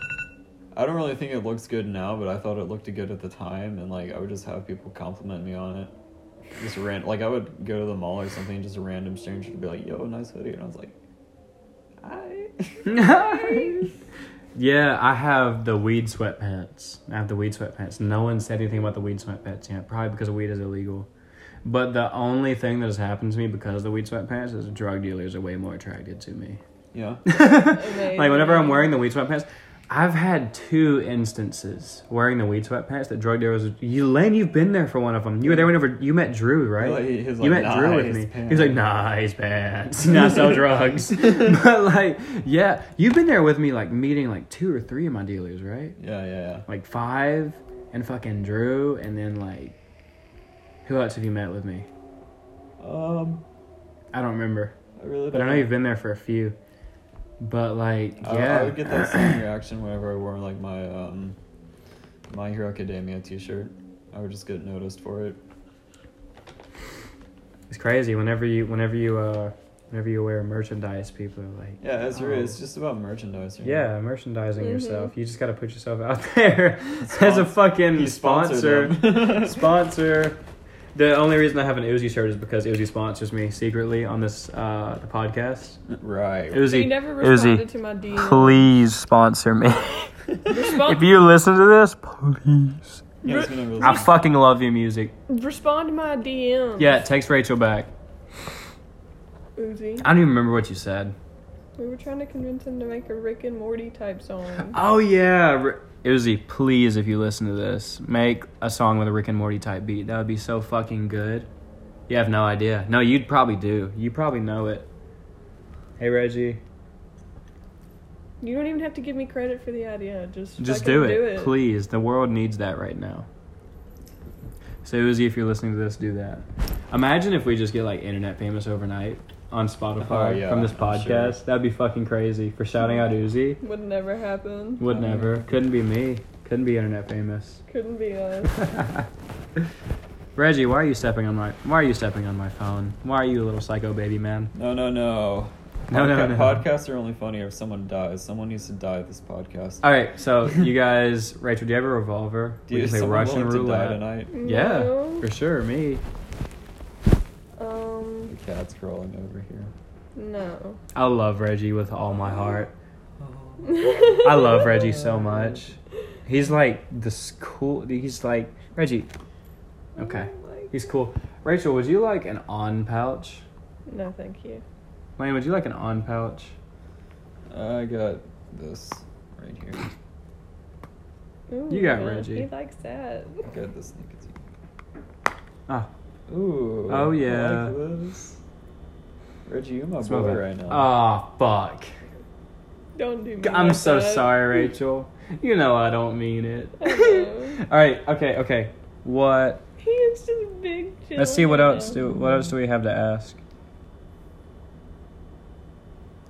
S2: I don't really think it looks good now, but I thought it looked good at the time, and like I would just have people compliment me on it. Just ran like I would go to the mall or something, and just a random stranger would be like, "Yo, nice hoodie," and I was like, "Hi."
S1: yeah, I have the weed sweatpants. I have the weed sweatpants. No one said anything about the weed sweatpants yet, probably because weed is illegal. But the only thing that has happened to me because of the weed sweatpants is drug dealers are way more attracted to me.
S2: yeah,
S1: Like whenever I'm wearing the weed sweatpants, I've had two instances wearing the weed sweatpants that drug dealers. You, Lane, you've been there for one of them. You were there whenever you met Drew, right?
S2: Really? He was
S1: you met
S2: like,
S1: Drew
S2: "Nice
S1: with me. He
S2: pants."
S1: was like, "Nice pants, not sell drugs." but like, yeah, you've been there with me, like meeting like two or three of my dealers, right?
S2: yeah, yeah, yeah.
S1: Like five and fucking Drew, and then like, who else have you met with me?
S2: Um,
S1: I don't remember,
S2: I really don't.
S1: but I know you've been there for a few. But like,
S2: I,
S1: yeah,
S2: I would get that same reaction whenever I wore like my um, My Hero Academia T-shirt. I would just get noticed for it.
S1: It's crazy. Whenever you, whenever you, uh, whenever you wear merchandise, people are like,
S2: Yeah, it's really, it's
S1: "Oh."
S2: just about merchandise. you know?
S1: yeah, merchandising
S3: Mhm.
S1: yourself. You just got to put yourself out there as a
S2: Spons-
S1: fucking
S2: you
S1: sponsor.
S2: them.
S1: sponsor. The only reason I have an Uzi shirt is because Uzi sponsors me secretly on this uh, the podcast.
S2: right.
S3: You
S1: Uzi,
S3: never
S1: Uzi,
S3: responded to my DM.
S1: please sponsor me.
S3: Respond,
S1: you listen to this, please.
S2: Yeah, it's gonna really-
S1: I fucking love your music.
S3: respond to my DM.
S1: Yeah, it takes Rachel back.
S3: Uzi.
S1: I don't even remember what you said.
S3: We were trying to convince him to make a Rick and Morty type song.
S1: Oh yeah, R- Uzi, please, if you listen to this, make a song with a Rick and Morty type beat. That would be so fucking good. You have no idea. No, you'd probably do. You probably know it. Hey Reggie,
S3: You don't even have to give me credit for the idea. Just
S1: just
S3: fucking
S1: do it. please. The world needs that right now. So Uzi, if you're listening to this, do that. Imagine if we just get like internet famous overnight on Spotify
S2: Oh, yeah,
S1: from this
S2: I'm sure.
S1: podcast. That'd be fucking crazy for shouting out Uzi.
S3: Would never happen.
S1: Would
S2: Oh, yeah.
S1: never. Couldn't be me. Couldn't be internet famous.
S3: Couldn't be us.
S1: Reggie, why are you stepping on my why are you stepping on my phone? Why are you a little psycho baby man?
S2: No, no, no.
S1: No, no, no.
S2: Podcasts are only funny if someone dies. Someone needs to die at this podcast.
S1: All right, so you guys, Rachel, do you have a revolver?
S2: Do you
S1: can play
S2: someone
S1: Russian
S2: willing to die
S1: roulette.
S2: tonight?
S1: Yeah,
S3: No.
S1: for sure. Me,
S2: The
S3: Um.
S2: cat's crawling over here.
S3: No.
S1: I love Reggie with all my heart. I
S3: I
S1: love Reggie so much. He's like this cool. He's like Reggie. Okay, he's cool. Rachel, would you like an on pouch?
S3: No, thank you.
S1: Lane, would you like an on pouch?
S2: I got this right here.
S3: Ooh,
S1: You got
S3: yeah,
S1: Reggie.
S3: He likes that.
S2: I got this nicotine.
S1: Ah,
S2: Ooh.
S1: Oh,
S2: I
S1: yeah.
S2: Like this. Reggie, you're my
S1: smell
S2: boy
S1: that.
S2: right now.
S1: Ah, fuck.
S3: Don't do me.
S1: I'm
S3: like
S1: so
S3: that.
S1: sorry, Rachel. You know I don't mean it.
S3: I know.
S1: All right, okay, okay. What?
S3: He is just a big.
S1: Let's see what
S3: chill
S1: else
S3: now.
S1: do what else do we have to ask?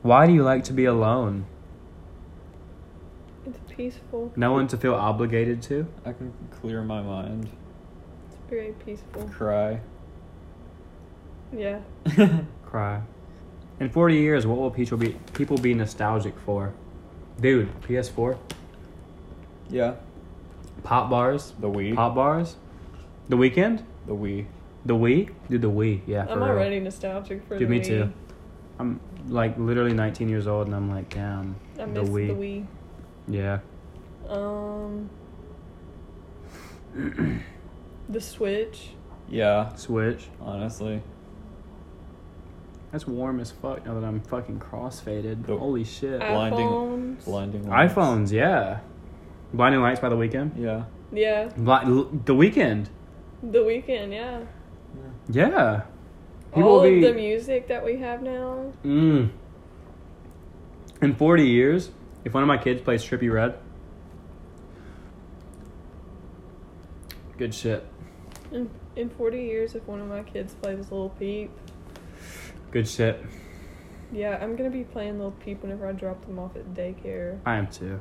S1: Why do you like to be alone?
S3: It's peaceful.
S1: No one to feel obligated to?
S2: I can clear my mind.
S3: It's very peaceful.
S2: Cry.
S3: Yeah.
S1: Cry. In 40 years, what will people be people be nostalgic for? Dude, PS4,
S2: yeah.
S1: pop bars,
S2: The Wii.
S1: pop bars, the weekend,
S2: The Wii.
S1: the Wii, dude, the Wii, yeah. For
S3: I'm
S1: real.
S3: already nostalgic for
S1: Dude,
S3: the
S1: me
S3: Wii.
S1: too. I'm like literally 19 years old, and I'm like, damn,
S3: I miss the Wii.
S1: Yeah.
S3: Um. the Switch.
S2: Yeah.
S1: Switch.
S2: Honestly.
S1: That's warm as fuck now that I'm fucking crossfaded.
S2: The-
S1: Holy shit.
S2: Blinding-
S3: iPhones.
S2: Blinding. lights.
S1: iPhones, yeah. Blinding lights by the weekend.
S2: Yeah.
S3: Yeah.
S1: Bli- l- the weekend.
S3: The weekend. Yeah.
S1: Yeah. People
S3: All
S1: will be.
S3: of the music that we have now.
S1: mm. In 40 years, If one of my kids plays Trippy Red, good shit.
S3: In, in 40 years, if one of my kids plays Little Peep,
S1: Good shit.
S3: yeah, I'm gonna be playing Little Peep whenever I drop them off at daycare.
S1: I am too.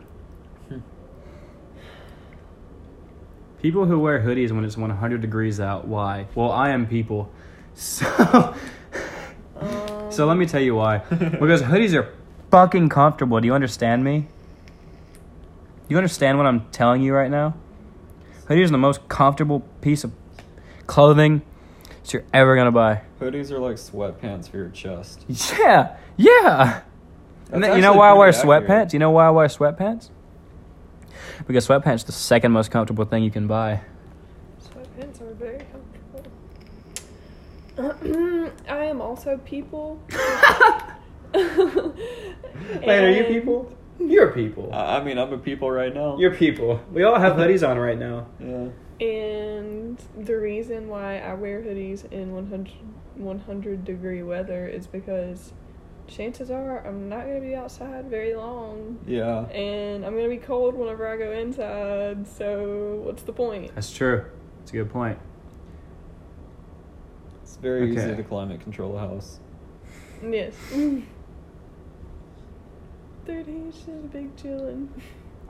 S1: People who wear hoodies when it's 100 degrees out, why? Well, I am people. So,
S3: Um,
S1: so let me tell you why. Because hoodies are fucking comfortable. Do you understand me? You understand what I'm telling you right now? Hoodies are the most comfortable piece of clothing that you're ever gonna buy.
S2: Hoodies are like sweatpants for your chest.
S1: Yeah, yeah. And
S2: That's
S1: then- you know
S2: actually
S1: why I wear
S2: pretty accurate.
S1: sweatpants? You know why I wear sweatpants? Because sweatpants the second most comfortable thing you can buy.
S3: Sweatpants are very comfortable. I am also people.
S1: Wait, are you
S3: And-
S1: people? You're people.
S2: I I mean, I'm a people right now.
S1: You're people. We all have hoodies on right now.
S2: Yeah.
S3: And the reason why I wear hoodies in 100, 100 degree weather is because chances are I'm not going to be outside very long.
S2: Yeah.
S3: And I'm going to be cold whenever I go inside. So, what's the point?
S1: That's true. That's a good point.
S2: It's very
S1: Okay.
S2: easy to climate control a house.
S3: Yes. 30 is just a big chillin'.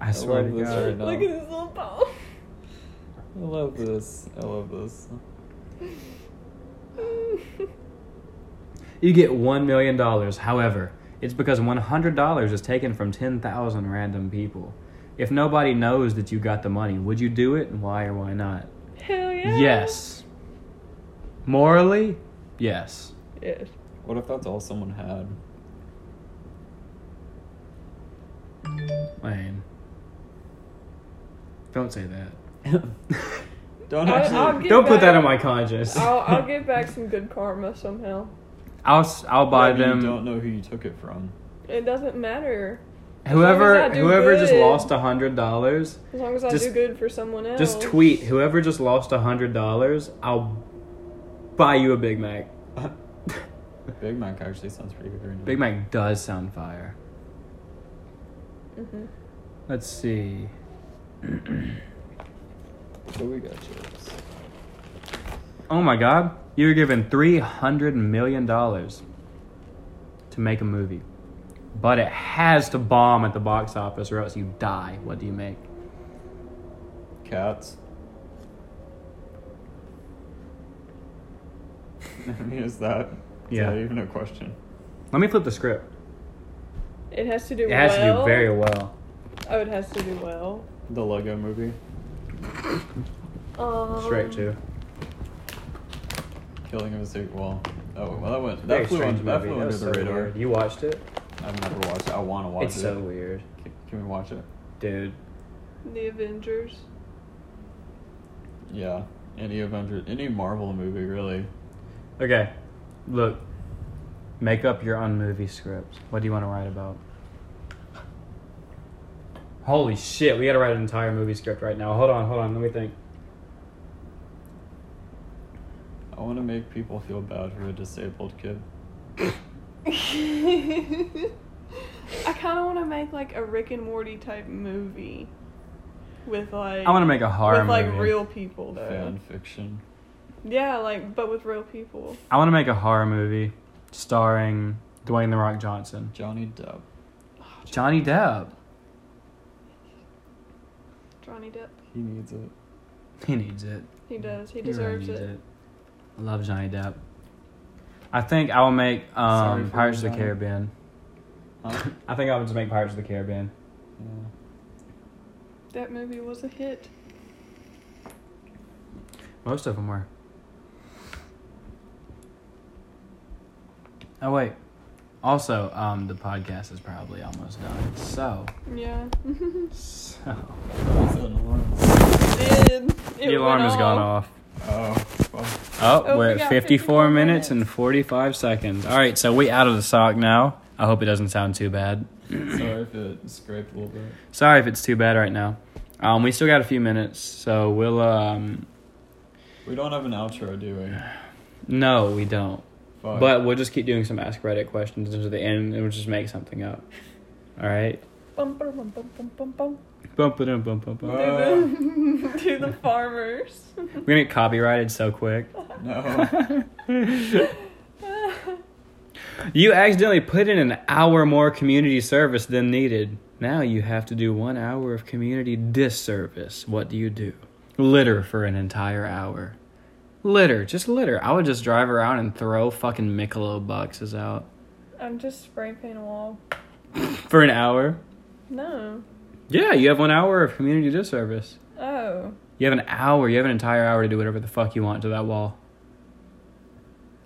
S1: I swear
S2: love
S1: to
S2: this right now.
S1: God.
S3: Look at this little ball.
S2: I love this. I love this.
S1: You get one million dollars. However, it's because one hundred dollars is taken from ten thousand random people. If nobody knows that you got the money, would you do it, and why or why not?
S3: Hell yeah.
S1: Yes. Morally, yes.
S3: Yes.
S2: What if that's all someone had?
S1: Lane. Don't say that.
S2: Don't
S3: I-
S2: actually.
S3: I'll get-
S1: Don't put that
S3: back.
S1: on my conscience.
S3: I'll, I'll get back some good karma somehow.
S1: I'll s- I'll buy
S2: Maybe You don't
S1: them.
S2: know who you took it from.
S3: It doesn't matter. As
S1: Whoever
S3: long as I do
S1: whoever just
S3: good.
S1: lost a hundred dollars,
S3: As long as I
S1: Just-
S3: do good for someone else.
S1: just tweet whoever just lost a hundred dollars. I'll buy you a Big Mac.
S2: Big Mac actually sounds pretty good right now.
S1: Big Mac does sound fire.
S3: Mhm.
S1: Let's see.
S2: So we got chips.
S1: Oh my God! You were given three hundred million dollars to make a movie, but it has to bomb at the box office, or else you die. What do you make?
S2: Cats. I mean, is that? is
S1: Yeah.
S2: that even a question?
S1: Let me flip the script.
S3: It has to do
S1: It
S3: well.
S1: has to do very well.
S3: Oh, it has to do well.
S2: The Lego movie.
S3: Um,
S1: Straight too.
S2: Killing of a Sacred Wall. Oh, well, that went.
S1: Very
S2: That flew,
S1: strange
S2: under, that
S1: movie.
S2: flew
S1: That
S2: under
S1: was
S2: the
S1: so
S2: radar.
S1: weird. You watched it?
S2: I've never watched it. I want to watch
S1: it's
S2: it.
S1: so weird,
S2: Can, can we watch it?
S1: dude.
S3: The Avengers.
S2: Yeah. Any Avenger, any Marvel movie, really.
S1: Okay, look. Make up your own movie script. What do you want to write about? Holy shit! We got to write an entire movie script right now. Hold on, hold on. Let me think.
S2: I want to make people feel bad for a disabled kid.
S3: I kind of want to make like a Rick and Morty type movie, with like
S1: I want to make a horror
S3: with like
S1: movie.
S3: real people though.
S2: Fan fiction.
S3: Yeah, like but with real people.
S1: I want to make a horror movie starring Dwayne the Rock Johnson,
S2: Johnny Depp.
S1: Johnny Depp.
S3: Johnny Depp.
S2: He needs it.
S1: He needs it.
S3: He does. He
S1: really
S3: deserves
S1: needs
S3: it.
S1: I love Johnny Depp. I think I will make
S2: Sorry
S1: um,
S2: for
S1: Pirates of the
S2: Johnny.
S1: Caribbean.
S2: Huh?
S1: I think I would just make Pirates of the Caribbean.
S2: yeah.
S3: That movie was a hit.
S1: Most of them were. Oh wait. Also, um, the podcast is probably almost done. So,
S3: Yeah.
S1: so
S2: Is that an alarm?
S3: Did it
S1: the alarm
S3: went
S1: has gone off.
S2: Oh, well,
S1: Oh,
S3: Oh,
S1: we're
S3: we
S1: at 54,
S3: got 54
S1: minutes
S3: minutes.
S1: and 45 seconds. All right, so we out of the sock now. I hope it doesn't sound too bad.
S2: sorry if it scraped a little bit.
S1: Sorry if it's too bad right now. Um, we still got a few minutes, so we'll um
S2: We don't have an outro, do we?
S1: no, we don't.
S2: Fuck.
S1: But we'll just keep doing some ask Reddit questions until the end and we'll just make something up. All right.
S3: Bum, bum, bum, bum, bum, bum, bum.
S1: Bump it in, bump, bump, bump.
S2: Uh.
S3: to, the, to the farmers.
S1: We're gonna get copyrighted so quick.
S2: No.
S1: You accidentally put in an hour more community service than needed. Now you have to do one hour of community disservice. What do you do? Litter for an entire hour. Litter, just litter. I would just drive around and throw fucking Michelob boxes out
S3: I'm just spray painting a wall.
S1: for an hour.
S3: No.
S1: Yeah, you have one hour of community disservice.
S3: Oh.
S1: You have an hour. You have an entire hour to do whatever the fuck you want to that wall.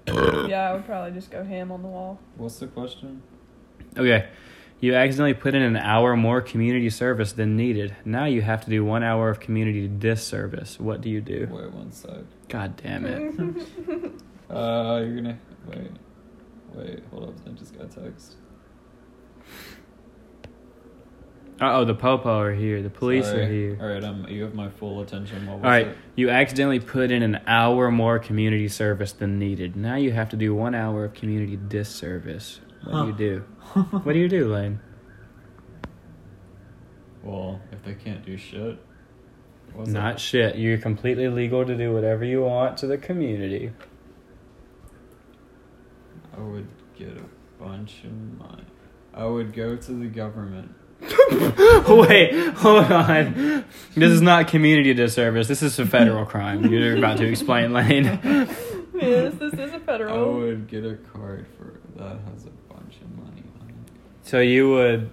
S3: Yeah, I would probably just go ham on the wall.
S2: What's the question?
S1: Okay. You accidentally put in an hour more community service than needed. Now you have to do one hour of community disservice. What do you
S2: Wait
S1: do?
S2: one sec.
S1: God damn it.
S2: Uh, you're gonna wait. Wait, hold up. I just got a text.
S3: Mm-hmm.
S1: Uh oh, the popo are here. The police
S2: Sorry.
S1: are here.
S2: All right, um, you have my full attention. What was
S1: All right.
S2: it?
S1: You accidentally put in an hour more community service than needed. Now you have to do one hour of community disservice. What do you do? what do you do, Lane?
S2: Well, if they can't do shit, what's
S1: Not shit. You're completely legal to do whatever you want to the community.
S2: I would get a bunch of money. I would go to the government.
S1: Wait, hold on. This is not community disservice. This is a federal crime. You're about to explain, Lane.
S3: yes, this is a
S2: I
S3: federal.
S2: would get a card for that has a bunch of money on it.
S1: So you would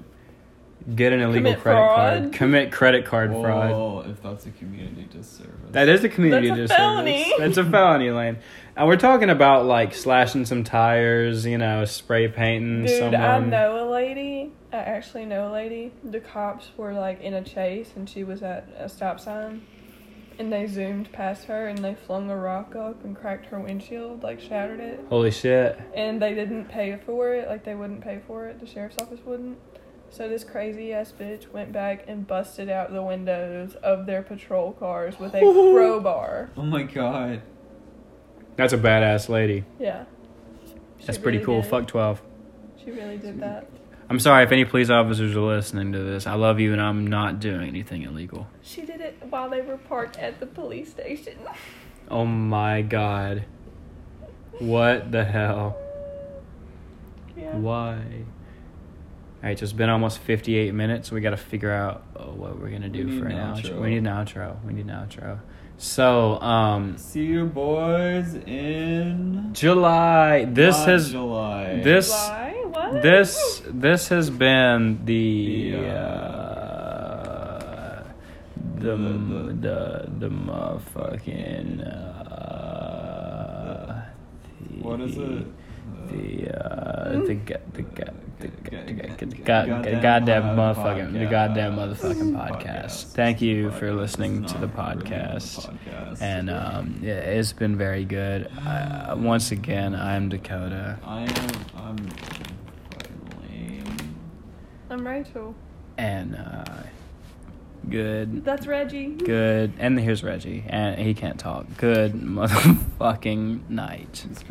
S1: get an illegal
S3: Commit
S1: credit
S3: fraud?
S1: card, commit credit card fraud.
S2: Well, Oh, if that's a community disservice.
S1: That is a community
S3: That's a
S1: disservice.
S3: felony.
S1: That's a felony, Lane. And we're talking about like slashing some tires, you know, spray painting
S3: Dude,
S1: someone.
S3: I know a lady. I actually know a lady. The cops were like in a chase and she was at a stop sign. And they zoomed past her and they flung a rock up and cracked her windshield, like shattered it.
S1: Holy shit.
S3: and they didn't pay for it. Like they wouldn't pay for it. The sheriff's office wouldn't. So this crazy ass bitch went back and busted out the windows of their patrol cars with a crowbar.
S2: Oh my god.
S1: That's a badass lady.
S3: Yeah. She
S1: That's pretty
S3: really
S1: cool.
S3: did.
S1: Fuck 12.
S3: She really did that.
S1: I'm sorry if any police officers are listening to this. I love you and I'm not doing anything illegal.
S3: She did it while they were parked at the police station.
S1: Oh my god. What the hell?
S3: yeah.
S1: Why? Alright, so it's been almost 58 minutes. So we gotta figure out uh what we're gonna do
S2: We need
S1: for
S2: an
S1: an outro.
S2: outro.
S1: We need an outro. We need an outro. So, um,
S2: See you boys in
S1: July. This
S2: not
S1: has.
S2: July.
S1: this-
S3: Why? What?
S1: This this has been the
S2: The, uh,
S1: uh,
S2: the-
S1: the
S2: the-
S1: the the motherfucking uh,
S2: What is it?
S1: the uh, the ga- the ga- the ga- the ga- the ga- the
S2: Mm. Goddamn
S1: goddamn
S2: pod-
S1: motherfucking the goddamn
S2: podcast. Mm.
S1: motherfucking podcast. Thank you for
S2: Podcast.
S1: listening
S2: It's
S1: to the
S2: not really a
S1: podcast.
S2: podcast.
S1: And um, yeah, it's been very good. Uh, once again, I'm Dakota,
S2: I am. I'm fucking lame.
S3: I'm Rachel.
S1: and uh, good,
S3: That's Reggie.
S1: good, and here's Reggie, and he can't talk. Good motherfucking night.
S2: It's